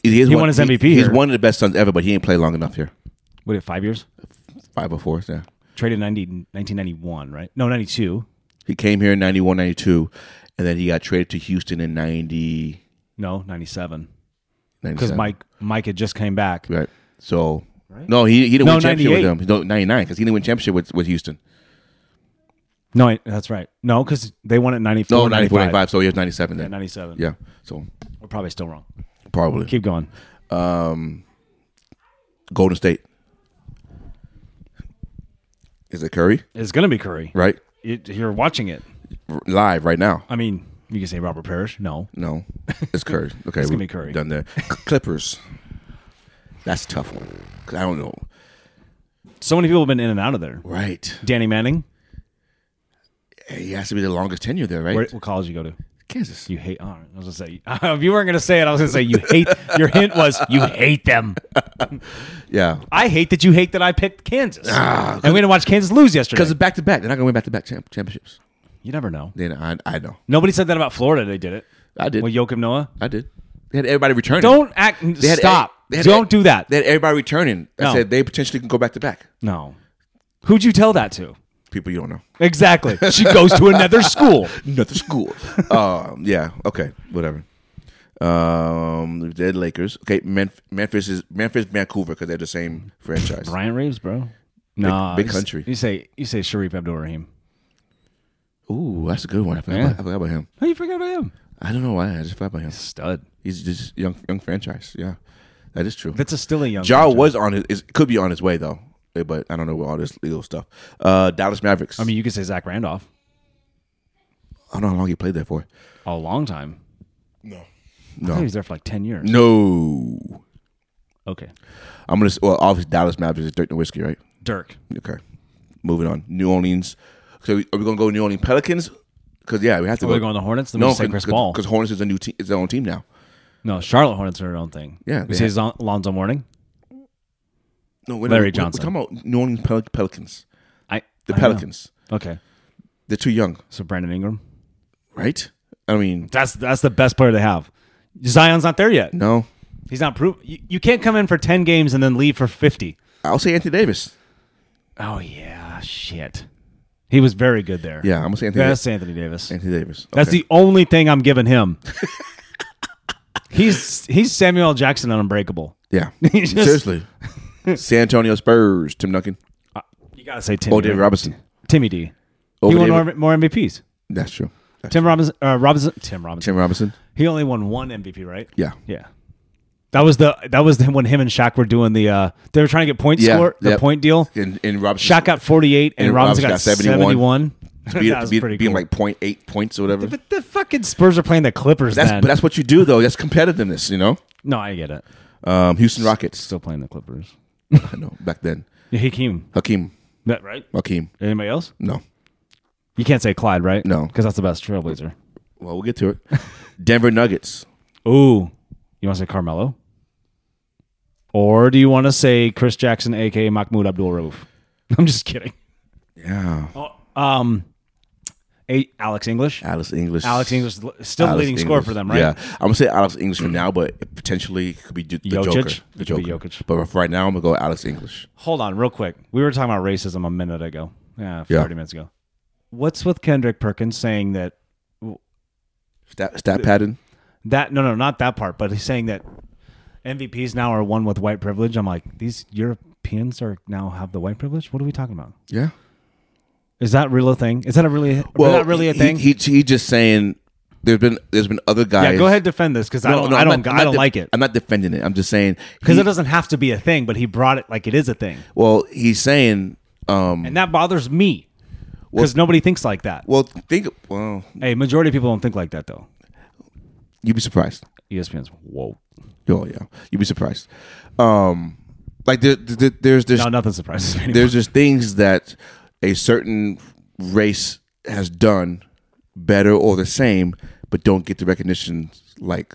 He, is He won his MVP He's here. one of the best sons ever, but he ain't played long enough here. What did five years? Five or four, yeah. Traded 90, 1991, right? No, ninety two. He came here in 91, 92, and then he got traded to Houston in 90, No, ninety seven. 97. Because Mike Mike had just came back. Right. So, no, he, he didn't No, win championship with 98. them. No, 99, because he didn't win championship with, with Houston. No, I- that's right. No, because they won at 94, No, 94, 95. 95, so he was 97 then. ninety seven. Yeah. So, we're probably still wrong. probably. Keep going. Golden State. Is it Curry? It's gonna be Curry. Right? It, you're watching it. R- live right now. I mean, you could say Robert Parrish. No, No, (laughs) it's Curry. Okay, It's gonna we- be Curry. Done there. C- Clippers. That's a tough one. 'Cause I don't know. so many people have been in and out of there. Right. Danny Manning. He has to be the longest tenure there, right? Where, what college you go to? Kansas. You hate. All right, I was gonna say (laughs) if you weren't gonna say it, I was gonna say you hate. Your hint was you hate them. Yeah. I hate that you hate that I picked Kansas, Ah, and we didn't watch Kansas lose yesterday. Because it's back to back. They're not going to win back to back championships. you never know. Then I, I know. Nobody said that about Florida. They did it. I did. Well, Joakim Noah. I did. They had everybody returning. Don't act. They had Stop. e- they had Don't e- do that. They had everybody returning. I No. said they potentially can go back to back. no. Who'd you tell that to? People you don't know. (laughs) Exactly. She goes to another school. Not the (laughs) school. um, yeah. Okay. Whatever. Um, they're the Lakers. Okay. Memf- Memphis is Memphis, Vancouver, because they're the same franchise. Brian Reeves, bro. No, big country. You say you say Sharif Abdul-Rahim. Ooh, that's a good one. I forgot, Yeah. about, I forgot about him. How you forget about him? I don't know why. I just forgot about him. Stud. He's just young, young franchise. Yeah, that is true. That's a still a young. Ja franchise. was on his is, could be on his way though, eh, but I don't know with all this legal stuff. Uh, Dallas Mavericks. I mean, you could say Zach Randolph. I don't know how long he played there for. A long time. No, I thought he Oh. no, was there for like ten years. no. Okay. I'm gonna s- well, obviously Dallas Mavericks is Dirk and whiskey, right? Dirk. Okay, moving on. New Orleans. So we- are we gonna go New Orleans Pelicans? Because yeah, we have to We're go. going the Hornets. Then we say Chris Paul. because Hornets is a new team, is their own team now. No, Charlotte Hornets are their own thing. Yeah, we they say have- Zon- Lonzo Morning. No, we're Larry we're- Johnson. We're talking about New Orleans Pel- Pelicans. I I The don't know. Pelicans. Okay, They're too young, so Brandon Ingram. right? I mean, That's that's the best player they have. Zion's not there yet. no. He's not proven. You, you can't come in for ten games and then leave for fifty. I'll say Anthony Davis. Oh yeah, shit. He was very good there. Yeah, I'm gonna say Anthony. that's Davis. Anthony Davis. Anthony Davis. That's Okay. the only thing I'm giving (laughs) him. he's he's Samuel L. Jackson on Unbreakable. (laughs) yeah. He's just- Seriously, San Antonio Spurs. Tim Duncan. You gotta say Timmy. Oh, David Robinson. Timmy D. Over he won David- more, more MVPs. That's true. That's Tim Robinson. Uh, Robinson. Tim Robinson. Tim Robinson. He only won one MVP, right? Yeah. Yeah. That was the that was the, when him and Shaq were doing the uh they were trying to get point Yeah, score the yep. point deal. And, and Robinson. Shaq got 48 and, And Robinson, got, Robinson got 71. 71. To (laughs) be, that to was be, pretty being cool. like 0.8 points or whatever. but the fucking Spurs are playing the Clippers That's then. but that's what you do though. That's competitiveness, you know. no, I get it. Um, Houston Rockets. (laughs) Still playing the Clippers. I know back then. Yeah, Hakeem. Hakeem. That right? Hakeem. Anybody else? No. You can't say Clyde, right? No. Because that's the best trailblazer. Well, we'll get (laughs) to it. Denver Nuggets. Ooh. You want to say Carmelo? Or do you want to say Chris Jackson, aka Mahmoud Abdul Rauf? (laughs) I'm just kidding. Yeah. Um a- Alex English. Alex English. Alex English is still the Alex leading scorer English. for them, right? Mm. Yeah, I'm gonna say Alex English for now, but it potentially could be the Jokic. Joker. The It could be Joker. Jokic. But for right now, I'm gonna go Alex English. Hold on, real quick. We were talking about racism a minute ago. Yeah, 30 Yeah. minutes ago. What's with Kendrick Perkins saying that Stat, stat pattern. that no no not that part, but he's saying that MVPs now are one with white privilege. I'm like, these Europeans are now have the white privilege. What are we talking about? Yeah. Is that real a thing? Is that a really well, not really a he- thing? He, he just saying there's been there's been other guys. yeah, go ahead defend this because I No, don't no, I I'm don't not- I'm I not don't def- like it I'm not defending it. I'm just saying because he- it doesn't have to be a thing, but he brought it like it is a thing, Well, he's saying. Um, and that bothers me because nobody thinks like that. well, think. Well, hey, majority of people don't think like that though. E you'd be surprised. ESPN's whoa. Oh yeah, you'd be surprised. Um, like there, there, there's there's No, nothing surprises me. anymore. there's just things that a certain race has done better or the same, but don't get the recognition like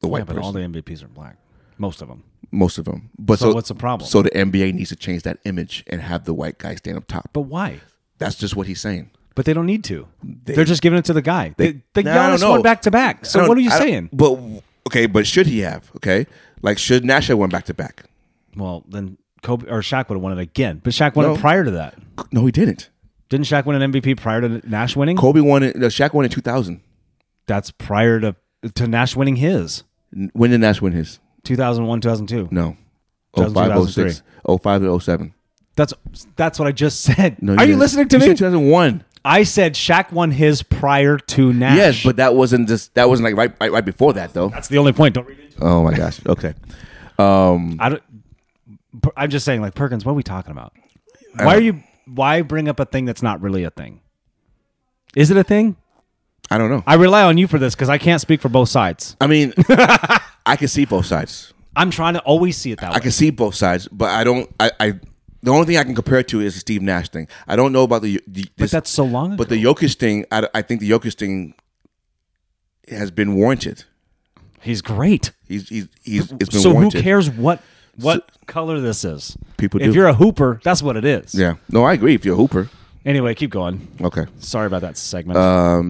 the white Yeah, but person. all the MVPs are black. Most of them. most of them. But So what's the problem? So the NBA needs to change that image and have the white guy stand up top. But why? That's just what he's saying. But they don't need to. They, are just giving it to the guy. They, they, No, I don't Giannis know. won back to back. I So don't- what are you I don't- saying? But okay, but should he have? Okay, like should Nash have went back to back? Well, then Kobe or Shaq would have won it again. But Shaq won No. it prior to that. No, he didn't. Didn't Shaq win an MVP prior to Nash winning? Kobe won it. No, Shaq won in two thousand. That's prior to to Nash winning his When did Nash win his? 2001, 2002. No. 05, 2000, 06, 05 to 07. That's that's what I just said. No, are you didn't. listening to You me? said 2001. I said Shaq won his prior to Nash. Yes, but that wasn't just that wasn't like right right, right before that though. that's the only point. Don't read into it. Oh my gosh. Okay. I don't. Per- I'm just saying, like Perkins, what are we talking about? Why are you? Why bring up a thing that's not really a thing? Is it a thing? I don't know. I, I rely on you for this because I can't speak for both sides. (laughs) mean, I can see both sides. I'm trying to always see it that I way. can see both sides, but I don't. I, I the only thing I can compare it to is the Steve Nash thing. I don't know about the. the But that's so long ago. But the Jokic thing, I, I think the Jokic thing has been warranted. He's great. He's he's, he's it's been So who warranted. cares what what color this is? People If do. you're a hooper, that's what it is. Yeah. No, I agree. If you're a hooper, Anyway, keep going. okay. Sorry about that segment. Uh,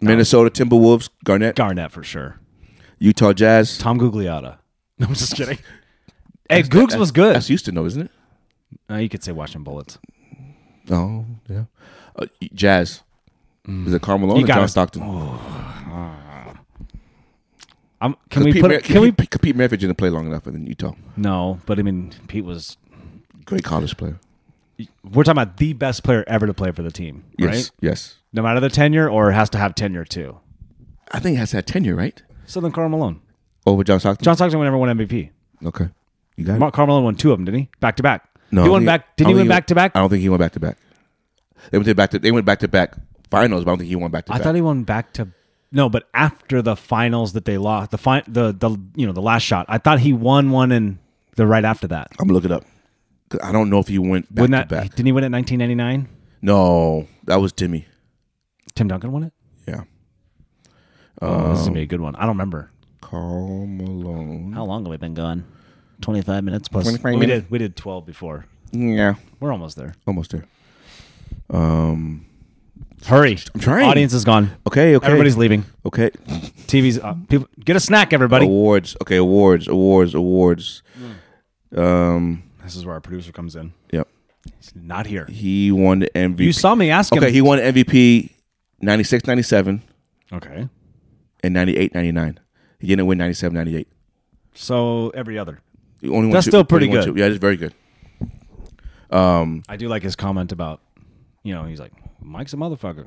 Minnesota Timberwolves, Garnett, Garnett for sure. Utah Jazz. Tom Gugliotta. (laughs) No, I'm just (laughs) kidding. Hey, Googs was good. That's Houston, though, isn't it? Uh, you could say Washington Bullets. Oh yeah. Uh, jazz. Is it Carmelo You or John gotta- Oh, Stockton? I'm, can 'Cause we Pete put? Mar- it- can we? Pete- Pete Maravich didn't play long enough in Utah. No, but I mean, Pete was. Great college player. We're talking about the best player ever to play for the team, Yes. right? Yes. No matter the tenure, or has to have tenure too. I think he has had tenure, right? So then Carl Malone. Over John Stockton. John Stockton never won MVP. Okay. You got it. Mark Carmelo won two of them, didn't he? Back to back. No, he I won think- back. I Didn't he don't win think back to back? I don't think he went back to back. They went to back to they went back to back finals, but I don't think he went back to I back. thought he won back to. No, but after the finals that they lost, the fi- the the you know the last shot, I thought he won one in the right after that. I'm gonna look it up. 'Cause I don't know if he went back Wouldn't that to back. didn't he win it in 1999? No, that was Timmy. Tim Duncan won it. Yeah. Oh, this is gonna be a good one. I don't remember Carl Malone. how long have we been going. 25 minutes plus. 25 we minutes. did we did 12 before. Yeah. We're almost there. Almost there. Um Hurry! I'm trying. Audience is gone. Okay, okay. Everybody's leaving. okay. TV's uh, people get a snack, everybody. Awards. Okay, awards, awards, awards. Hmm. Um This is where our producer comes in. yep. He's not here. He won the MVP. You saw me ask him. okay, he won MVP 96 97 okay. and 98 99. He didn't win 97 98. So every other. You only won That's two- still pretty only won good. two. Yeah, it's very good. I do like his comment about, you know, he's like, Mike's a motherfucker,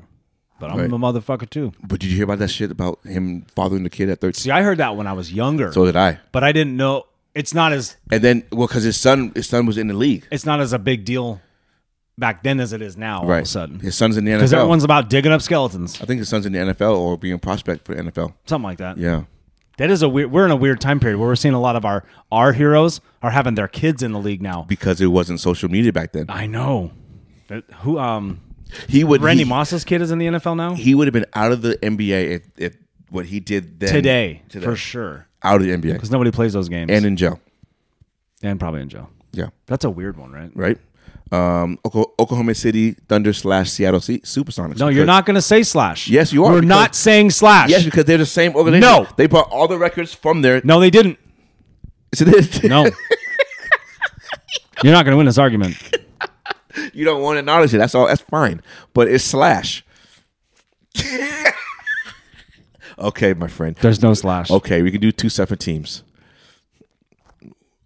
but I'm Right. a motherfucker too. But did you hear about that shit about him fathering the kid at 13? See, I heard that when I was younger, So did I. but I didn't know it's not as And then, well, because his son, his son was in the league, it's not as a big deal back then as it is now. All right? of a sudden, his son's in the NFL. because everyone's about digging up skeletons, I think his son's in the NFL or being a prospect for the NFL. something like that. Yeah, That is a weird. We're in a weird time period where we're seeing a lot of our our heroes are having their kids in the league now. because it wasn't social media back then. I know. That- Who um He would Randy he, Moss's kid is in the NFL now he would have been out of the NBA if, if what he did then today, for sure out of the NBA because nobody plays those games and in jail. and probably in jail. Yeah, That's a weird one, right? right. Um, Oka- Oklahoma City Thunder slash Seattle Se- Supersonics. No, you're because- not going to say slash. Yes, you are, We're because- not saying slash. Yes, because they're the same organization. No. they bought all the records from there. no, they didn't. So this- No. you're not going to win this argument. (laughs) you don't want to acknowledge it. That's all. That's fine. But it's slash. (laughs) Okay, my friend. There's no slash. Okay, we can do two separate teams.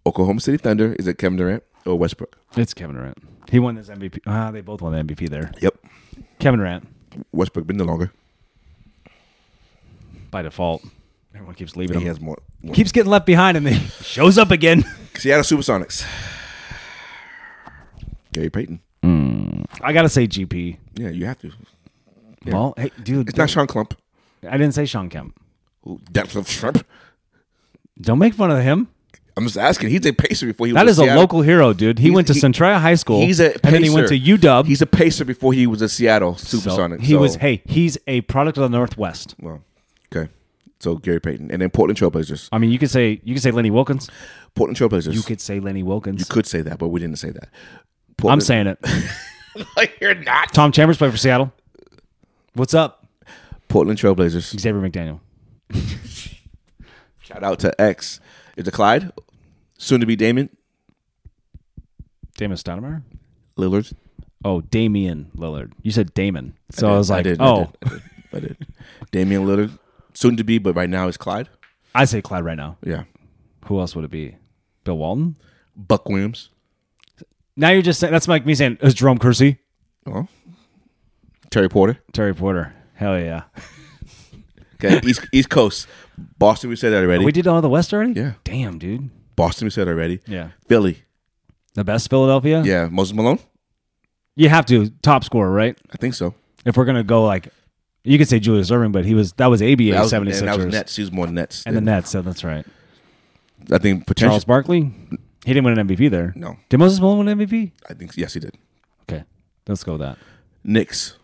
Oklahoma City Thunder is it Kevin Durant or Westbrook? It's Kevin Durant. He won this MVP. Ah, they both won the MVP there. Yep, Kevin Durant Westbrook been there longer. by default. Everyone keeps leaving He him. has more. more. Keeps getting left behind and then (laughs) shows up again. Seattle SuperSonics. Gary Payton. I gotta say GP. Yeah, you have to. Well, hey, dude, It's not Sean Clump. I didn't say Sean Kemp. Who- Depth of shrimp. Don't make fun of him. I'm just asking. He's a pacer before he That was is a Seattle. local hero, dude. He He's- went to he- Centralia High School. He's a pacer. and then he went to UW. He's a pacer before he was a Seattle So Supersonic. he was. Hey, he's a product of the Northwest. Well, okay. So Gary Payton, and then Portland Trailblazers. I mean, you could say you could say Lenny Wilkins. Portland Trailblazers. You could say Lenny Wilkins. could say that, but we didn't say that. I'm Portland- saying (laughs) it. (laughs) you're not. Tom Chambers played for Seattle. What's up, Portland Trailblazers. Xavier McDaniel? Shout out to X. Is it Clyde? Soon to be Damon Damon Stoudemire. Lillard. Oh, Damian Lillard. You said Damon, so I, was like, did, oh, I did, I did. Damian Lillard. Soon to be, but right now it's Clyde. I say Clyde right now. Yeah. Who else would it be? Bill Walton. Buck Williams. Now you're just saying that's like me saying is Jerome Kersey, Oh. Terry Porter. Terry Porter. Hell yeah. (laughs) Okay. East East Coast. Boston. We said that already. We did all the West already. Yeah. Damn, dude. Boston. We said already. Yeah. Philly. The best Philadelphia. Yeah. Moses Malone. You have to top scorer, right? I think so. If we're gonna go like, you could say Julius Irving, but he was that was ABA That was, and 76ers that was Nets. He was more Nets. and the than- Nets. So that's right. I think potential. Charles Barkley. He didn't win an MVP there. No. Did Moses Malone win an MVP? I think yes, he did. Okay, let's go with that. Knicks.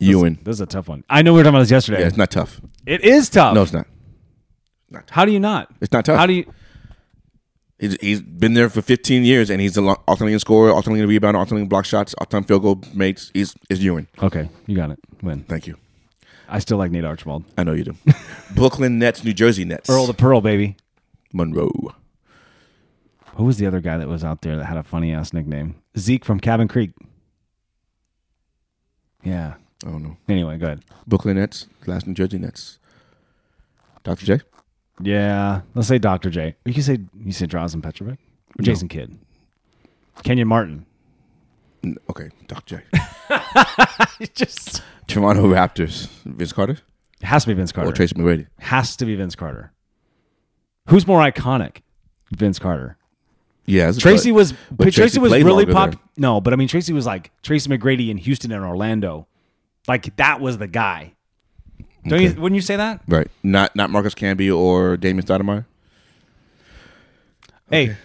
Ewan. This is a tough one. I know we were talking about this yesterday. Yeah, it's not tough. It is tough. No, it's not. How do you not? It's not tough. How do you? He's, he's been there for 15 years, and he's the lo- alternating scorer, alternating rebounder, alternating block shots, alternating field goal mates. He's is Ewan. Okay, you got it. Win. Thank you. I still like Nate Archibald. I know you do. (laughs) Brooklyn Nets, New Jersey Nets. Earl the Pearl, baby. Monroe. Who was the other guy that was out there that had a funny ass nickname? Zeke from Cabin Creek. Yeah. I don't know. Anyway, go ahead. Brooklyn Nets, last New Jersey Nets. Dr. J. Yeah, let's say Dr. J. You can say you say Drazen Petrovic or Jason Kidd, Kenyon Martin. N- Okay, Dr. J. It just (laughs) Toronto Raptors, Vince Carter it has to be Vince Carter. or Tracy McGrady. has to be Vince Carter. Who's more iconic? Vince Carter. Yeah, it's a- Tracy was but Tracy, Tracy was played really longer pop. there. No, but I mean Tracy was like Tracy McGrady in Houston and Orlando. Like that was the guy. Don't you? Wouldn't you say that? right. Not not Marcus Camby or Damian Stoudemire. Hey,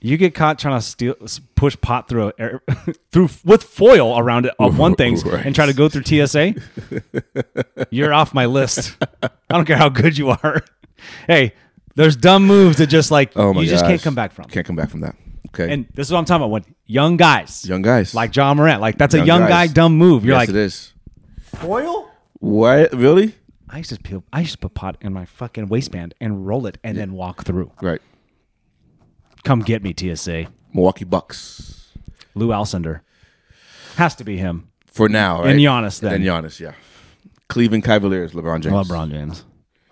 you get caught trying to steal, s- push pot through a air, (laughs) through with foil around it of one thing Right. and try to go through (laughs) TSA. You're off my list. I don't care how good you are. Hey, there's dumb moves that just like Oh my you just can't gosh. come back from. Can't come back from that. Okay. And this is what I'm talking about. When young guys, young guys. like John Morant, like that's a Young young guy guys. dumb move. You're yes, like it is. foil. What really? I used to peel. I used to put pot in my fucking waistband and roll it and then walk through. Right. Come get me, TSA. Milwaukee Bucks. Lou Alcindor has to be him. For now, right? And Giannis then. And Giannis, yeah. Cleveland Cavaliers, LeBron James. LeBron James.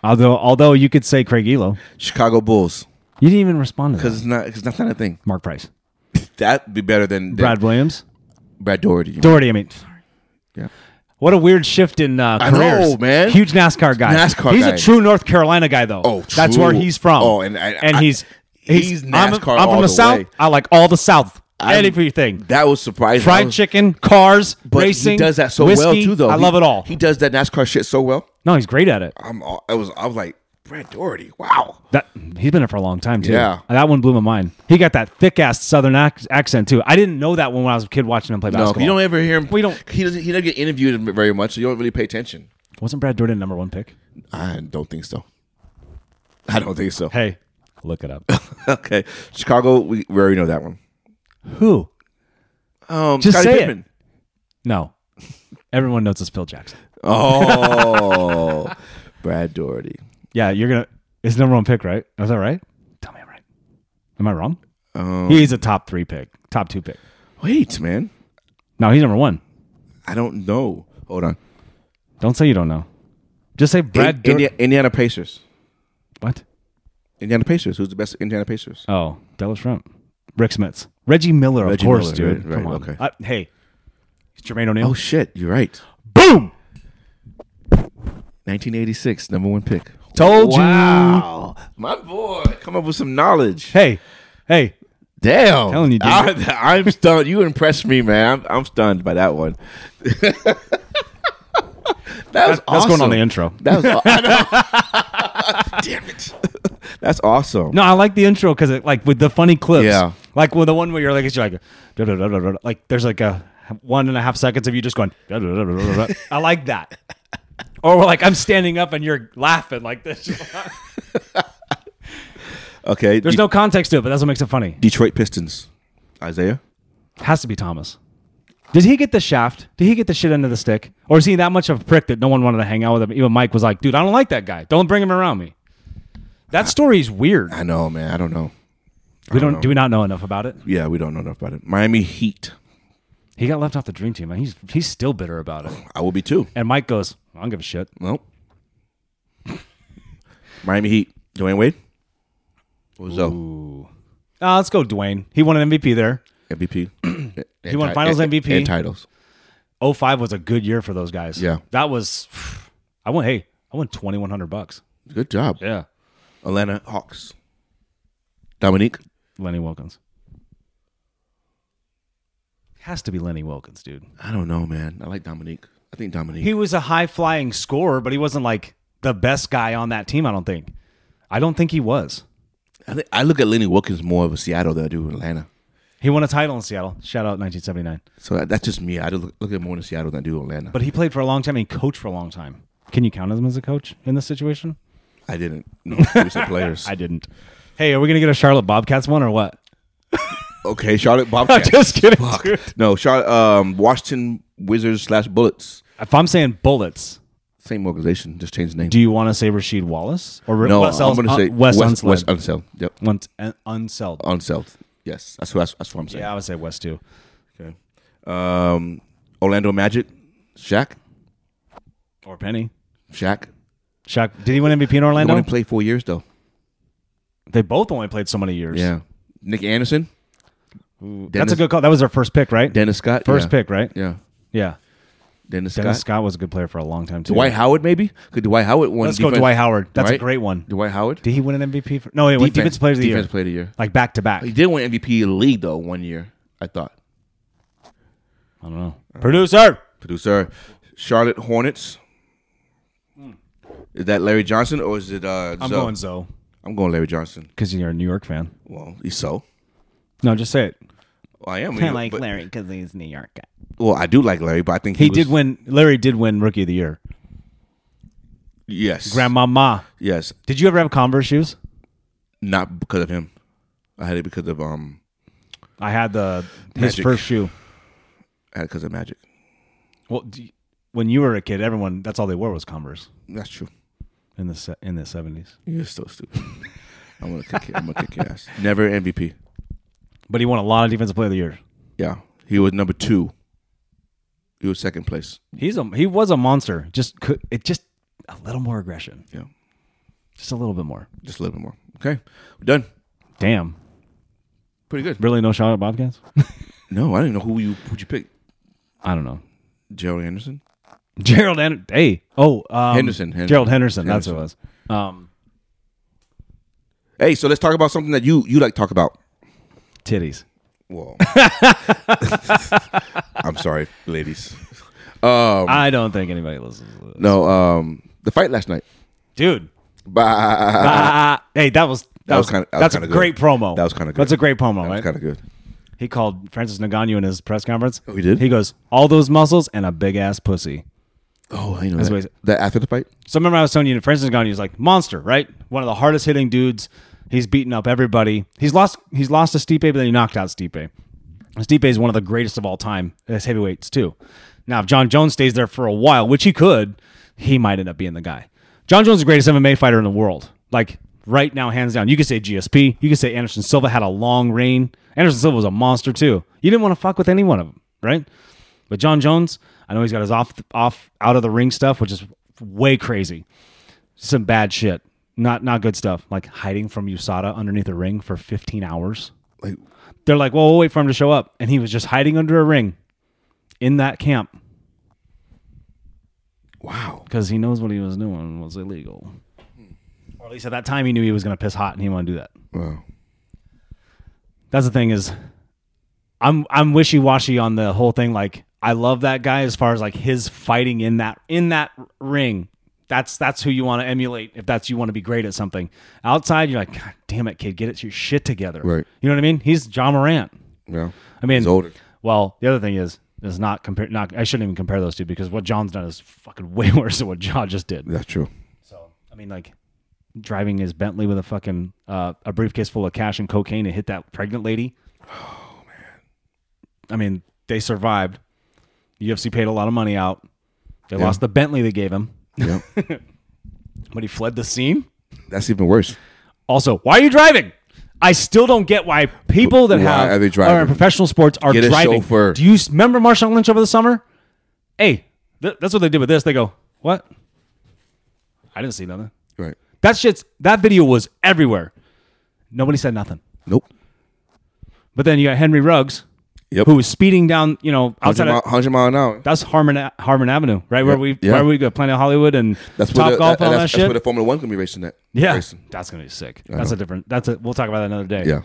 Although, although you could say Craig Elo, Chicago Bulls. you didn't even respond to that. Because it's not, cause that's not a thing. Mark Price, That'd be better than, than Brad Williams, Brad Doherty. Doherty. I mean, Yeah. what a weird shift in uh, know, careers, man. Huge NASCAR guy. NASCAR He's guy. a true North Carolina guy, though. Oh, that's true. where he's from. Oh, and I- I- he's he's I'm- NASCAR I'm, all from the the South. way. I like all the South. I'm- Everything. That was surprising. That Fried was- chicken, cars, But racing. he does that so well whiskey. too, though. I He- love it all. He does that NASCAR shit so well. no, he's great at it. I'm. All, I was. I was like Brad Doherty. Wow. That he's been there for a long time too. Yeah. that one blew my mind. He got that thick ass Southern ac- accent too. I didn't know that when I was a kid watching him play No, basketball. you don't ever hear him. We don't- He doesn't. He doesn't get interviewed very much, so you don't really pay attention. Wasn't Brad Dourdan number one pick? I don't think so. I don't think so. (laughs) Hey, look it up. okay, Chicago. We, we already know that one. (laughs) Who? Um, Just say Scottie Pippen. it. No, everyone knows it's Phil Jackson. Oh, Brad Doherty. Yeah, you're gonna. It's number one pick, right? Is that right? Tell me I'm right. Am I wrong? Um, he's a top three pick, top two pick. Wait, man. No, he's number one. I don't know. Hold on. Don't say you don't know. Just say Brad. In- Dur- Indi- Indiana Pacers. what? Indiana Pacers. Who's the best Indiana Pacers? Oh, Dallas Trump. Rick Smits. Reggie Miller, of Reggie course, Miller, dude. right, Come right, on. okay. I- hey, it's Jermaine O'Neal. Oh shit, you're right. Boom! 1986, number one pick. Told you. Wow, my boy, come up with some knowledge. Hey, hey, Damn, Telling you, dude. (laughs) I, am stunned. You impressed me, man. I'm, I'm stunned by that one. (laughs) that was that's going on awesome. the intro. (laughs) That was. aw- I know. (laughs) Damn it. That's awesome. No, I like the intro because it like with the funny clips. Yeah. Like with the one where you're like, it's like, da, da, da, da, da, da. like there's like a one and a half seconds of you just going. Da, da, da, da, da, da. I like (laughs) that. Or we're like, I'm standing up and you're laughing like (laughs) this. Okay. There's De- no context to it, but that's what makes it funny. Detroit Pistons. Isaiah. Has to be Thomas. Did he get the shaft? Did he get the shit under the stick? Or is he that much of a prick that no one wanted to hang out with him? Even Mike was like, dude, I don't like that guy. Don't bring him around me. That story's weird. I know, man. I don't know. We don't don't know. do we not know enough about it. Yeah, we don't know enough about it. Miami Heat. He got left off the dream team, and he's he's still bitter about it. I will be too. And Mike goes, I don't give a shit. Nope. (laughs) Miami Heat. Dwayne Wade. Ozzo. Uh, let's go, Dwayne. He won an MVP there. (clears throat) MVP. he won Finals MVP. and titles. 05 was a good year for those guys. Yeah. That was, (sighs) I won, hey, I won 2,100 bucks. Good job. Yeah. Atlanta Hawks. Dominique. Lenny Wilkins. Has to be Lenny Wilkins, dude. I don't know, man. I like Dominique. I think Dominique. He was a high flying scorer, but he wasn't like the best guy on that team, I don't think. I don't think he was. I, think, I look at Lenny Wilkins more of a Seattle than I do Atlanta. He won a title in Seattle. Shout out 1979. So that, that's just me. I do look, look at more in Seattle than I do Atlanta. But he played for a long time and he coached for a long time. Can you count him as a coach in this situation? (laughs) I didn't. No, he was the players. I didn't. Hey, are we going to get a Charlotte Bobcats one or what? (laughs) okay, Charlotte Bobcats. Just kidding, Fuck. dude. No, Charlotte. Um, Washington Wizards slash Bullets. If I'm saying bullets, Same organization. Just changed the name. do you want to say Rasheed Wallace or no, Wes, I'm Els- going uh, to say Wes West, Unseld? West Unseld. Yep, Once- uh, Unseld. Unseld. Yes, that's what that's, that's what I'm saying. Yeah, I would say West too. Okay. Um, Orlando Magic. Shaq. Or Penny. Shaq. Shaq, did he win MVP in He Orlando? only played four years though. they both only played so many years. Yeah. Nick Anderson. That's Dennis- a good call. That was their first pick, right? Dennis Scott. first yeah. pick, right? Yeah. Yeah. Dennis, Dennis Scott. Scott was a good player for a long time too. Dwight Howard maybe. Could Dwight Howard won? Let's go defense- Dwight Howard. That's a Dwight- great one. Dwight Howard. Did he win an MVP? For, no, he won defense player of the defense year. player of the year. Like back to back. He I did win MVP of the league though one year. I thought. don't know. Producer. Producer, Charlotte Hornets. Is that Larry Johnson or is it? Uh, Hmm. I'm Zoe? going Zoe I'm going Larry Johnson. because you're a New York fan. Well, he's so. No, just say it. Well, I am. I like but- Larry because he's New York guy. Well, I do like Larry, but I think He was- did win. Larry did win Rookie of the Year. Yes, Grandmama. Yes, Did you ever have Converse shoes? not because of him. I had it because of um, I had the his Magic. first shoe. I had it because of Magic. Well, do you- when you were a kid, everyone that's all they wore was Converse That's true. in the se- in the seventies. You're so stupid. (laughs) I'm gonna kick. Your, I'm gonna kick your ass. Never MVP. But he won a lot of Defensive Player of the Year. Yeah, he was number two. He was second place. He's a he was a monster. Just could, it just a little more aggression, Yeah, just a little bit more. just a little bit more. Okay, we're done. Damn, Pretty good. really no shot at Bobcats? No, I didn't know who you who you picked. I don't know. (laughs) Gerald Anderson. Gerald and hey oh um, Henderson, Henderson. Gerald Henderson, that's who it was. Um, Hey, so let's talk about something that you you like to talk about. titties. Well, (laughs) I'm sorry, ladies. Um, I don't think anybody listens. to this. no, um, the fight last night. (laughs) Dude, Bye. Ah, hey, that was that, was, was kinda- that was that's a kinda good. great promo. That was kinda good. That's a great promo, That right? was kind of good. he called Francis Ngannou in his press conference. he did? He goes, "All those muscles and a big ass pussy." Oh, I know what he that. said. that after the fight. So remember, I was telling you, Francis Ngannou is like monster, right? One of the hardest hitting dudes. He's beaten up everybody. He's lost. He's lost to Stipe, but then he knocked out Stipe. Stipe is one of the greatest of all time as heavyweights too. Now, if John Jones stays there for a while, which he could, he might end up being the guy. John Jones is the greatest MMA fighter in the world. Like right now, hands down. You could say GSP. You could say Anderson Silva had a long reign. Anderson Silva was a monster too. You didn't want to fuck with any one of them, right? But John Jones, I know he's got his off off out of the ring stuff, which is way crazy. Some bad shit. Not not good stuff. Like hiding from USADA underneath a ring for 15 hours. Like, They're like, well, we'll wait for him to show up. And he was just hiding under a ring in that camp wow. because he knows what he was doing was illegal. Or at least at that time, he knew he was going to piss hot and he wanted to do that. Wow. That's the thing is, I'm I'm wishy washy on the whole thing. Like I love that guy as far as like his fighting in that in that ring. That's that's who you want to emulate if that's you want to be great at something. Outside, you're like, God damn it, kid, get it your shit together. Right. You know what I mean? He's John Morant. Yeah. I mean, He's older. Well, the other thing is is not compare. Not I shouldn't even compare those two because what John's done is fucking (laughs) way worse than what John just did. That's true. So I mean, like driving his Bentley with a fucking uh, a briefcase full of cash and cocaine and hit that pregnant lady. Oh man! I mean, they survived. UFC paid a lot of money out. They lost the Bentley they gave him, Yeah. (laughs) but he fled the scene. That's even worse. Also, why are you driving? I still don't get why people that Why have are they driving? are in professional sports are Get a driving. chauffeur. Do you s- remember Marshawn Lynch over the summer? Hey, th- that's what they did with this. They go, "What? I didn't see nothing." Right. That shit's that video was everywhere. Nobody said nothing. Nope. But then you got Henry Ruggs, Yep. who was speeding down, you know, 100 outside. mile, Of, 100 mile an hour. that's Harmon Harmon Avenue, right where we yeah. where we go Planet Hollywood and That's Top where the, Golf that- all that that's, that's shit. where the Formula One can be racing at. yeah, Racing. that's gonna be sick. That's a different. That's a. We'll talk about that another day. Yeah.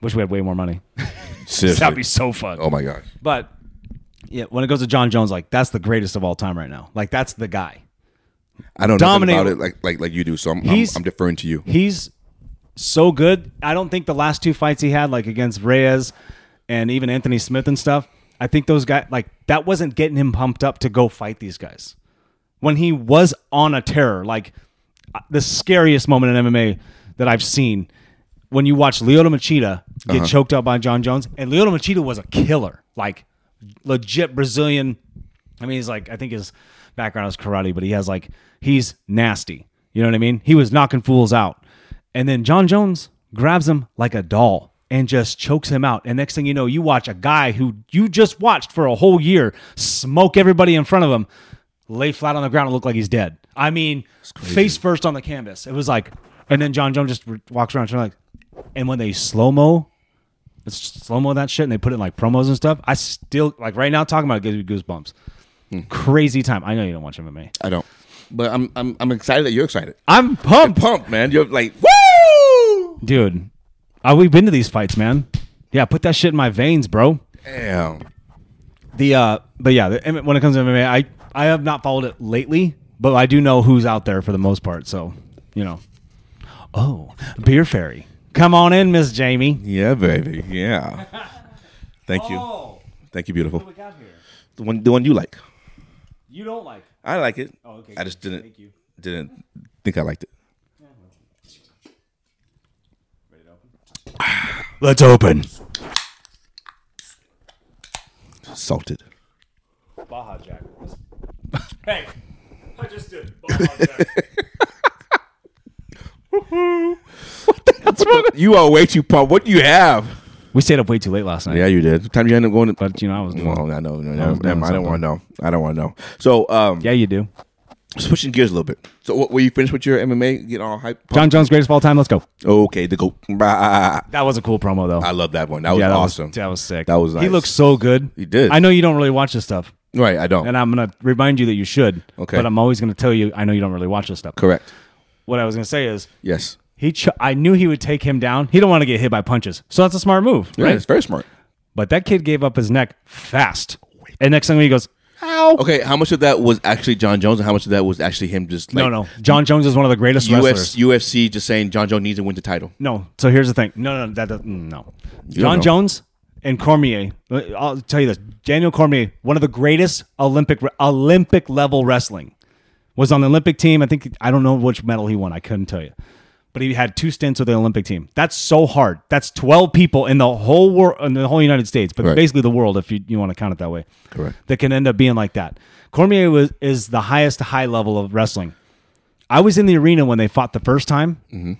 Wish we had way more money. That'd be Seriously. so fun. Oh my gosh. But yeah, when it goes to John Jones, like that's the greatest of all time right now. Like that's the guy. I don't know nothing Dominate. about it like like like you do, so I'm I'm, He's- I'm deferring to you. he's so good. I don't think the last two fights he had, like against Reyes and even Anthony Smith and stuff, I think those guys, like that wasn't getting him pumped up to go fight these guys. When he was on a terror, like uh, the scariest moment in MMA that I've seen, when you watch Lyoto Machida get choked out by John Jones, and Lyoto Machida was a killer, like legit Brazilian. I mean, he's like, I think his background is karate, but he has like, he's nasty. You know what I mean? He was knocking fools out. And then John Jones grabs him like a doll and just chokes him out. And next thing you know, you watch a guy who you just watched for a whole year smoke everybody in front of him, lay flat on the ground and look like he's dead. I mean, face first on the canvas. It was like, and then John Jones just re- walks around trying to like, and when they slow mo slow mo that shit and they put it in like promos and stuff. I still like right now talking about it gives me goosebumps. Hmm. Crazy time. I know you don't watch MMA. I don't. But I'm I'm I'm excited that you're excited. I'm pumped, Pump, man. You're like, woo! dude. Uh, we've been to these fights, man. Yeah, put that shit in my veins, bro. Damn. The uh, but yeah, the, M- when it comes to MMA, I I have not followed it lately, but I do know who's out there for the most part. So, you know, oh, beer fairy, come on in, Miss Jamie. Yeah, baby. Yeah. Thank you. Oh, Thank you, beautiful. we got here. The one the one you like. You don't like? I like it. Oh, okay, I just good. didn't Thank you. didn't think I liked it. Let's open. Salted. Baja Jack. (laughs) hey, I just did Baja Jack. That's wrong. You are way too pumped. What do you have? (laughs) we stayed up way too late last night. Yeah, you did. Time you end up going to But you know, I was doing. Well, I know. No, no, was doing never mind. I don't something. want to know. I don't want to know. So, um, Yeah, you do. switching gears a little bit. So, what, were you finished with your MMA? Get all hype? John Jones, greatest of all time. Let's go. Okay, the go. Bah. That was a cool promo, though. I love that one. That was yeah, that awesome. Was, that was sick. That was He nice. looks so good. He did. I know you don't really watch this stuff, right, I don't. and I'm gonna remind you that you should. Okay. But I'm always gonna tell you, I know you don't really watch this stuff. Correct. What I was gonna say is, Yes. he. Ch- I knew he would take him down. He don't want to get hit by punches, so that's a smart move, Yeah, right? it's very smart. But that kid gave up his neck fast, and next thing he goes, "Ow!" Okay, how much of that was actually John Jones, and how much of that was actually him just like No, no. John Jones is one of the greatest wrestlers. UFC, UFC just saying John Jones needs to win the title? No. So here's the thing. No, no, that doesn't. mm, No. don't John know. Jones and Cormier. I'll tell you this. Daniel Cormier, one of the greatest Olympic Olympic level wrestling, was on the Olympic team. I think I don't know which medal he won. I couldn't tell you. But he had two stints with the Olympic team. That's so hard. That's twelve people in the whole world, in the whole United States, but Right. basically the world, if you, you want to count it that way. Correct. That can end up being like that. Cormier was is the highest high level of wrestling. I was in the arena when they fought the first time.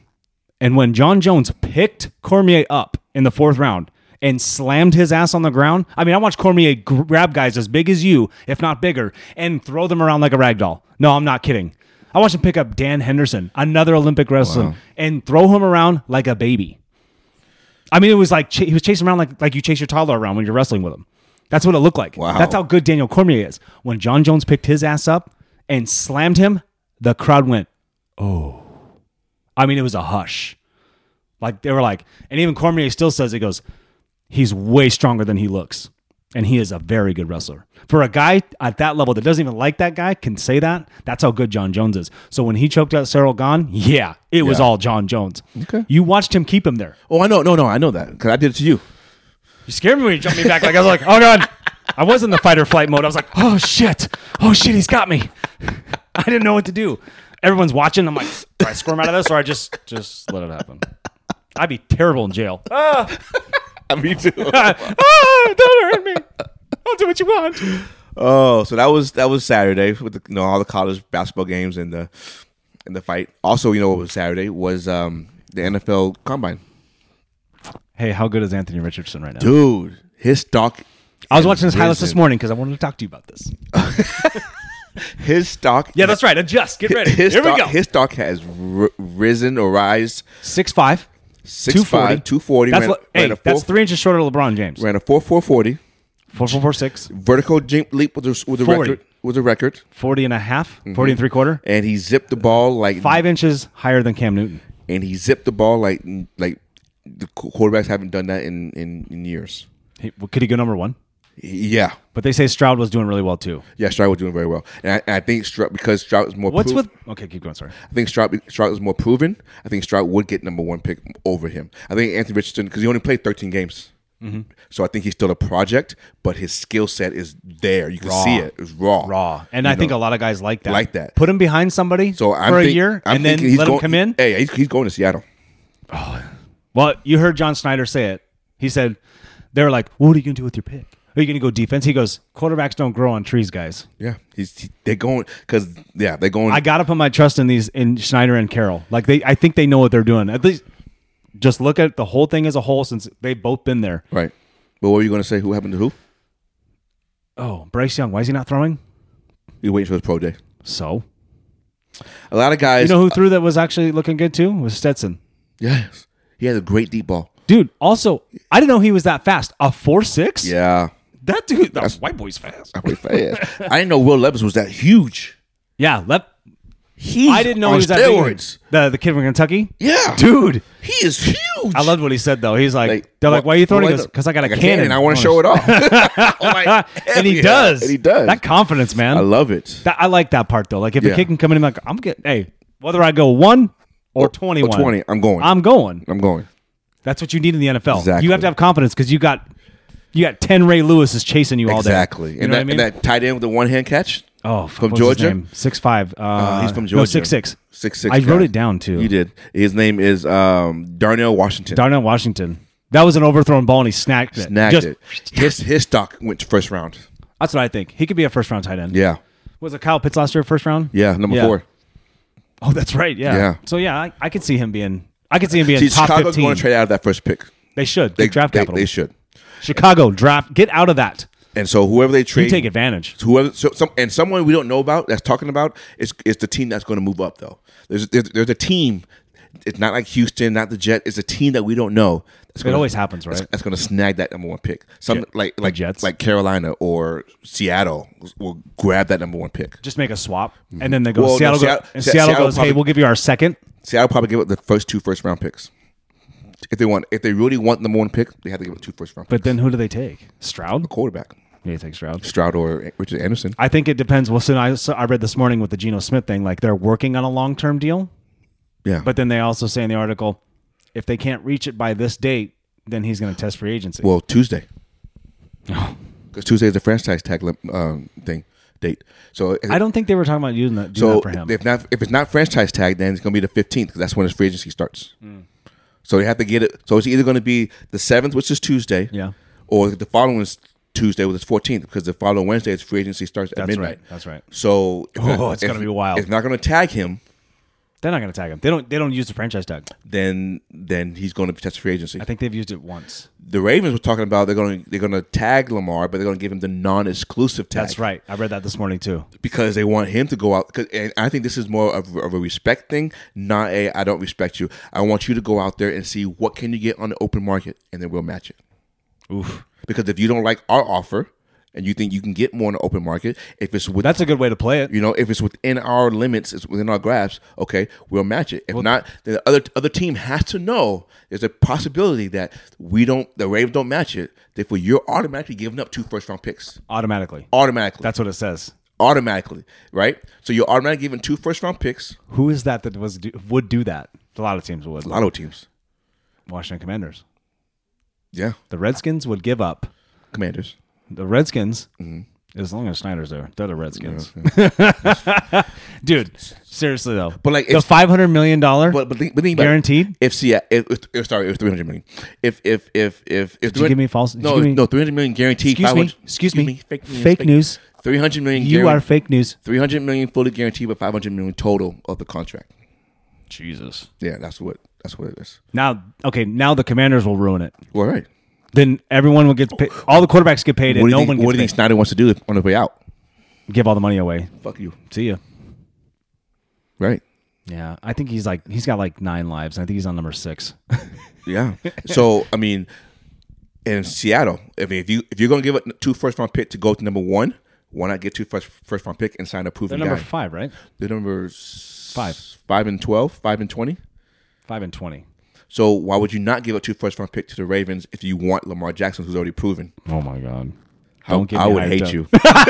And when John Jones picked Cormier up in the fourth round and slammed his ass on the ground. I mean, I watched Cormier gr- grab guys as big as you, if not bigger, and throw them around like a rag doll. No, I'm not kidding. I watched him pick up Dan Henderson, another Olympic wrestler, and throw him around like a baby. I mean, it was like ch- he was chasing around like like you chase your toddler around when you're wrestling with him. That's what it looked like. Wow. That's how good Daniel Cormier is. When John Jones picked his ass up and slammed him, the crowd went, "Oh!" I mean, it was a hush. Like they were like, and even Cormier still says it goes, "He's way stronger than he looks." And he is a very good wrestler. For a guy at that level that doesn't even like that guy can say that, that's how good John Jones is. So when he choked out Cyril Gahn, yeah, it was Yeah. all John Jones. Okay. You watched him keep him there. Oh, I know. No, no, I know that because I did it to you. You scared me when you jumped me back. Like I was like, oh god. I was in the fight or flight mode. I was like, oh shit, oh shit, he's got me. (laughs) I didn't know what to do. Everyone's watching. I'm like, do I squirm out of this or I just just let it happen? I'd be terrible in jail. Ah, (laughs) Me too. (laughs) ah, don't hurt me. I'll do what you want. (laughs) oh, so that was that was Saturday with the, you know all the college basketball games and the and the fight. Also, you know what was Saturday was um the NFL Combine. Hey, how good is Anthony Richardson right now? Dude, his stock I was watching his highlights this Risen. morning because I wanted to talk to you about this. his stock Yeah, that's right. Adjust. Get ready. His Here stock, we go. His stock has r- risen or rise Six five. 6'5", 240. That's, ran, what- ran hey, a four, that's three inches shorter than LeBron James. Ran a four four forty. Four four four six. Vertical jump leap with a, with a 40. record with a record, 40 and a half, Mm-hmm. 40 and three quarter, and he zipped the ball like five inches higher than Cam Newton. and he zipped the ball like like the qu- quarterbacks haven't done that in in, in years. He, well, could he go number one? Yeah, But they say Stroud was doing really well too. yeah, Stroud was doing very well, and I, and I think Stroud because Stroud is more. What's prov- with? Okay, keep going. Sorry. I think Stroud Stroud is more proven. I think Stroud would get number one pick over him. I think Anthony Richardson because he only played thirteen games. Mm-hmm. So I think he's still a project, but his skill set is there. You can see it. It's raw. Raw, and You I think know? a lot of guys like that. like that. Put him behind somebody So I'm for a think- year, I'm and then thinking he's let going, Eh. him come in. Hey, he's, he's going to Seattle. Well, you heard John Snyder say it. He said, "They were like, what are you gonna do with your pick? Are you gonna go defense?" He goes, "Quarterbacks don't grow on trees, guys. Yeah, he's he, they're going because yeah they're going. I gotta put my trust in these in Schneider and Carroll. Like they, I think they know what they're doing. At least, just look at the whole thing as a whole since they've both been there. right. But what were you going to say? Who happened to who? Oh, Bryce Young, why is he not throwing? You waiting for his pro day? So A lot of guys. you know who threw that was actually looking good too was Stetson. yes, he has a great deep ball. Dude, also, I didn't know he was that fast. A four six? Yeah, That dude, that white boy's fast. I play fast. I didn't know Will Levis was that huge. Yeah, Lep. He I didn't know on he was that big. steroids. The the kid from Kentucky? Yeah, Dude. he is huge. I loved what he said though. He's like, they're like, why are you throwing? it?" He goes, because I got a cannon. Ah, I want to show it off. (laughs) I'm like, (laughs) And he "Hell yeah." does. And he does. That confidence, man. I I, love it. that, I like that part though. Like if Yeah. a kid can come in and be like, I'm getting hey, whether I go one or, Or- or twenty one. 20, I'm going. I'm going. I'm going. That's what you need in the NFL. Exactly. You have to have confidence because you got you got ten Ray Lewis's chasing you all day. Exactly. You and, know what that, I mean? and that tight end with the one hand catch. Oh, From Georgia? six five. Uh, he's from No, Georgia. six six. Six six. I wrote it down too. You did. His name is um, Darnell Washington. Darnell Washington. That was an overthrown ball, and he snagged it. Snagged Just- it. His his stock went to first round. That's what I think. He could be a first round tight end. Yeah. Was it Kyle Pitts last year first round? Yeah. Number Yeah. four. Oh, that's right. Yeah. Yeah. So yeah, I, I could see him being. I could see him being See, top Chicago's fifteen. going to trade out of that first pick. they should They get draft they, capital. They should. Chicago draft. Get out of that. And so whoever they trade, You take advantage. whoever so some and someone we don't know about that's talking about is is the team that's going to move up though. There's, there's there's a team. It's not like Houston, not the Jet. It's a team that we don't know. That's It always happens, right? That's, that's going to snag that number one pick. Some Jet- like the like Jets. like Carolina or Seattle will grab that number one pick. Just make a swap, and then they go. Mm-hmm. Well, no, Seattle, go- Seattle- and Se- Seattle, Seattle goes. probably- hey, we'll give you our second. Seattle probably give up the first two first round picks if they want. If they really want number one pick, they have to give up two first round. But picks. then who do they take? Stroud. quarterback Yeah, they take Stroud. Stroud or Richard Anderson. I think it depends. Well, so I, so I read this morning with the Geno Smith thing, like they're working on a long term deal, Yeah, but then they also say in the article, if they can't reach it by this date, then he's going to test free agency. Well, Tuesday. Oh. Because Tuesday is the franchise tag lim- um, thing date. So I don't think they were talking about using that, doing so that for him. if not if it's not franchise tag, then it's going to be the fifteenth because that's when his free agency starts. Hmm. So they have to get it. So it's either going to be the seventh, which is Tuesday, Yeah. or the following is Tuesday, which is fourteenth, because the following Wednesday is free agency starts at That's midnight. right. That's right. So if Oh, it's if- gonna be wild. If not going to tag him, They're not going to tag him. They don't. They don't use the franchise tag. then then he's going to test free agency. I think they've used it once. The Ravens were talking about they're going to they're going to tag Lamar, but they're going to give him the non-exclusive tag. That's right. I read that this morning too. because they want him to go out. 'cause- and I think this is more of, of a respect thing, not a I don't respect you. I want you to go out there and see what can you get on the open market, and then we'll match it. Oof. Because if you don't like our offer, and you think you can get more on the open market, if it's with That's a good way to play it. you know if it's within our limits, it's within our grasp. Okay, we'll match it. If not, then the other other team has to know there's a possibility that we don't the Ravens don't match it. Therefore, you're automatically giving up two first round picks Automatically. automatically That's what it says. automatically, right? So you're automatically given two first round picks. Who is that that was do, would do that? A lot of teams would. A lot of teams. Washington Commanders. Yeah. The Redskins would give up. Commanders. The Redskins. Mm-hmm. As long as Snyder's there, they're the Redskins. (laughs) Dude, seriously though, But, like, the if- five hundred million dollar But but think, but think about it. guaranteed. If Seattle, if, if, if- sorry, if three hundred million, if if if if if you give me false- did no you give me- no three hundred million guaranteed. Excuse me. Excuse me. Fake, Fake news. Three hundred million. You are fake news. three hundred million fully guaranteed, but five hundred million total of the contract. Jesus. Yeah, that's what that's what it is. Now, okay, now the Commanders will ruin it. Well, all right. Then everyone will get paid. All the quarterbacks get paid, What do and you no think, one gets what do you think paid. Snyder wants to do if- on his way out? Give all the money away. Fuck you. See ya. Right. Yeah, I think he's like he's got like nine lives. and I think he's on number six. Yeah. (laughs) So I mean, in Seattle, if if you if you're gonna give up two first round pick to go to number one, why not get two first first round pick and sign a They're proven number guy? five, right? They're number s- Five. five and twelve, five and twenty. Five and twenty. So why would you not give up two first round pick to the Ravens if you want Lamar Jackson, who's already proven? Oh my god. How- Don't get I me would hyped hate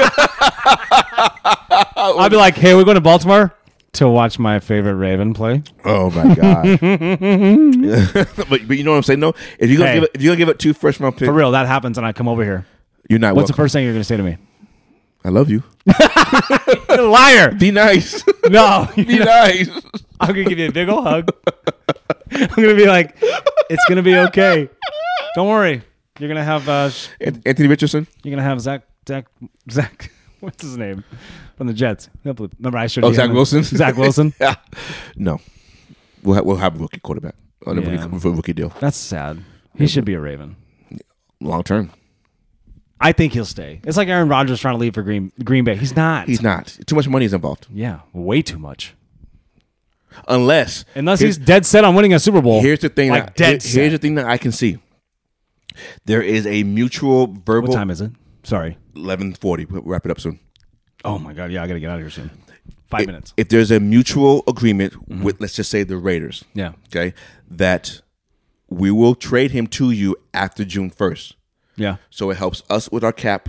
up. (laughs) you. I'd be like, hey, we're going to Baltimore to watch my favorite Raven play. Oh (laughs) my god. (laughs) but, but you know what I'm saying? No, if you're gonna Hey. give up, if you're gonna give up two first round picks, For real, that happens, and I come over here. you're not What's the welcome. first thing you're going to say to me? I love you. (laughs) You're a liar. Be nice. (laughs) (laughs) No, (laughs) Be nice. I'm going to give you a big old hug. (laughs) I'm going to be like, it's going to be okay. Don't worry. You're going to have uh, sh- An- Anthony Richardson. you're going to have Zach Zach Zach. (laughs) What's his name from the Jets? Remember, I showed Oh, you Zach him. (laughs) Wilson? Zach (laughs) Wilson. Yeah. No. We'll, ha- we'll have a rookie quarterback on a Yeah. rookie, rookie deal That's sad. He should be a Raven. long term. I think he'll stay. It's like Aaron Rodgers trying to leave for Green Green Bay. He's not. He's not. Too much money is involved. yeah, way too much. Unless. Unless here's, he's dead set on winning a Super Bowl. Here's the thing. like that, dead here- set. here's the thing that I can see. There is a mutual verbal. what time is it? Sorry. 1140. We'll wrap it up soon. Oh my god. Yeah, I gotta get out of here soon. Five minutes. Mm-hmm. If there's a mutual agreement with, let's just say, the Raiders, Yeah. okay, that we will trade him to you after June 1st. Yeah. So it helps us with our cap.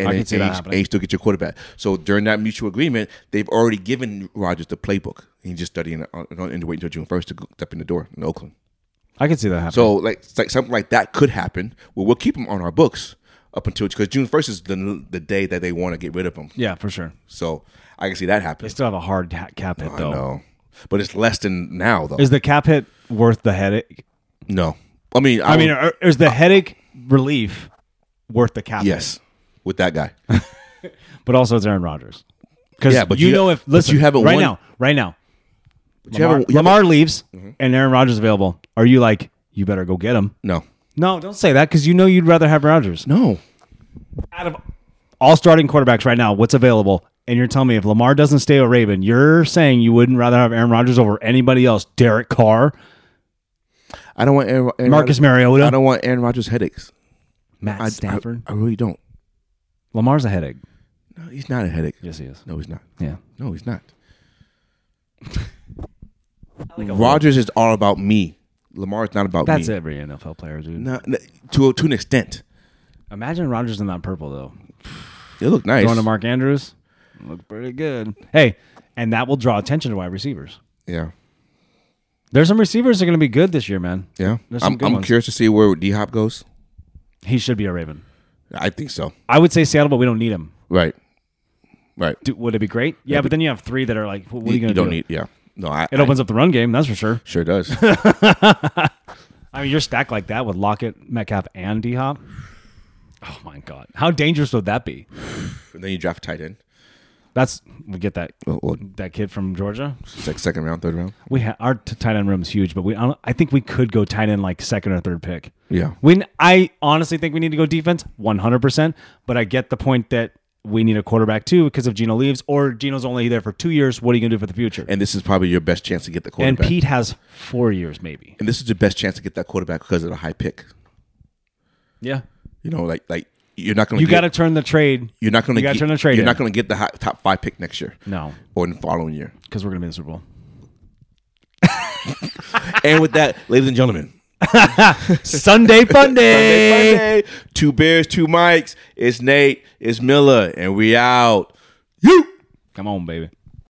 And, I can it- see and that you- happening. and you still get your quarterback. So during that mutual agreement, they've already given Rogers the playbook. He's just studying it on- on- and waiting until June first to go- step in the door in Oakland. I can see that happen. So like, it's like something like that could happen. Well, we'll keep him on our books up until because June first is the the day that they want to get rid of him. yeah, for sure. So I can see that They happen. still have a hard ha- cap hit I though. know, but it's less than now though. Is the cap hit worth the headache? no, I mean, I would- mean, are, is the headache relief worth the cap? hit? yes, with that guy. But also, it's Aaron Rodgers. Because Yeah, but you, you- know if but listen you haven't right won- now, right now, you Mm-hmm. Lamar, haven't- you Lamar leaves and Aaron Rodgers is available. Are you like you better go get him? No, No, don't say that because you know you'd rather have Rodgers. no, Out of all starting quarterbacks right now, what's available? And you're telling me if Lamar doesn't stay a Raven, you're saying you wouldn't rather have Aaron Rodgers over anybody else? Derek Carr, I don't want Aaron, Aaron Marcus Rodgers- I Mariota, don't want Aaron Rodgers headaches. Matt I, Stafford. I, I really don't. Lamar's a headache. No, he's not a headache. Yes, he is. No, he's not. Yeah. No, he's not. Rogers is all about me. Lamar is not about That's me. every NFL player, dude. No, no, to to an extent, Imagine Rodgers in that purple though. it looked nice. Going to Mark Andrews, look pretty good. Hey, and that will draw attention to wide receivers. yeah, There's some receivers that are going to be good this year, man. yeah. There's some I'm, good I'm ones. curious to see where D Hop goes. He should be a Raven. I think so. I would say Seattle, but we don't need him. Right, right. Do, would it be great? Yeah, but then you have three that are like, what are you you going to do? don't need. Yeah, no. I, it opens up the run game, that's for sure. I- (laughs) sure does. I mean, you're stacked like that with Lockett, Metcalf, and D Hop. Oh my God, how dangerous would that be? and then you draft a tight end. That's we get that Well, well, that kid from Georgia. sec- second round, third round. We ha- our t- tight end room is huge, but we I, don't, I think we could go tight end like second or third pick. Yeah. When I honestly think we need to go defense, one hundred percent. But I get the point that we need a quarterback too because if Gino leaves or Gino's only there for two years, what are you gonna do for the future? And this is probably your best chance to get the and quarterback. Pete has four years maybe. And this is your best chance to get that quarterback because of the high pick. Yeah. You know, like like you're not going You to got to turn the trade. you're not going to you gotta turn the trade You're in. not going to get the high, top five pick next year No, or in the following year. because we're gonna be in the Super Bowl. and with that, (laughs) ladies and gentlemen, Sunday fun Sunday, day. Monday, two bears, two mics. It's Nate, it's Miller, and we out. You. Come on, baby.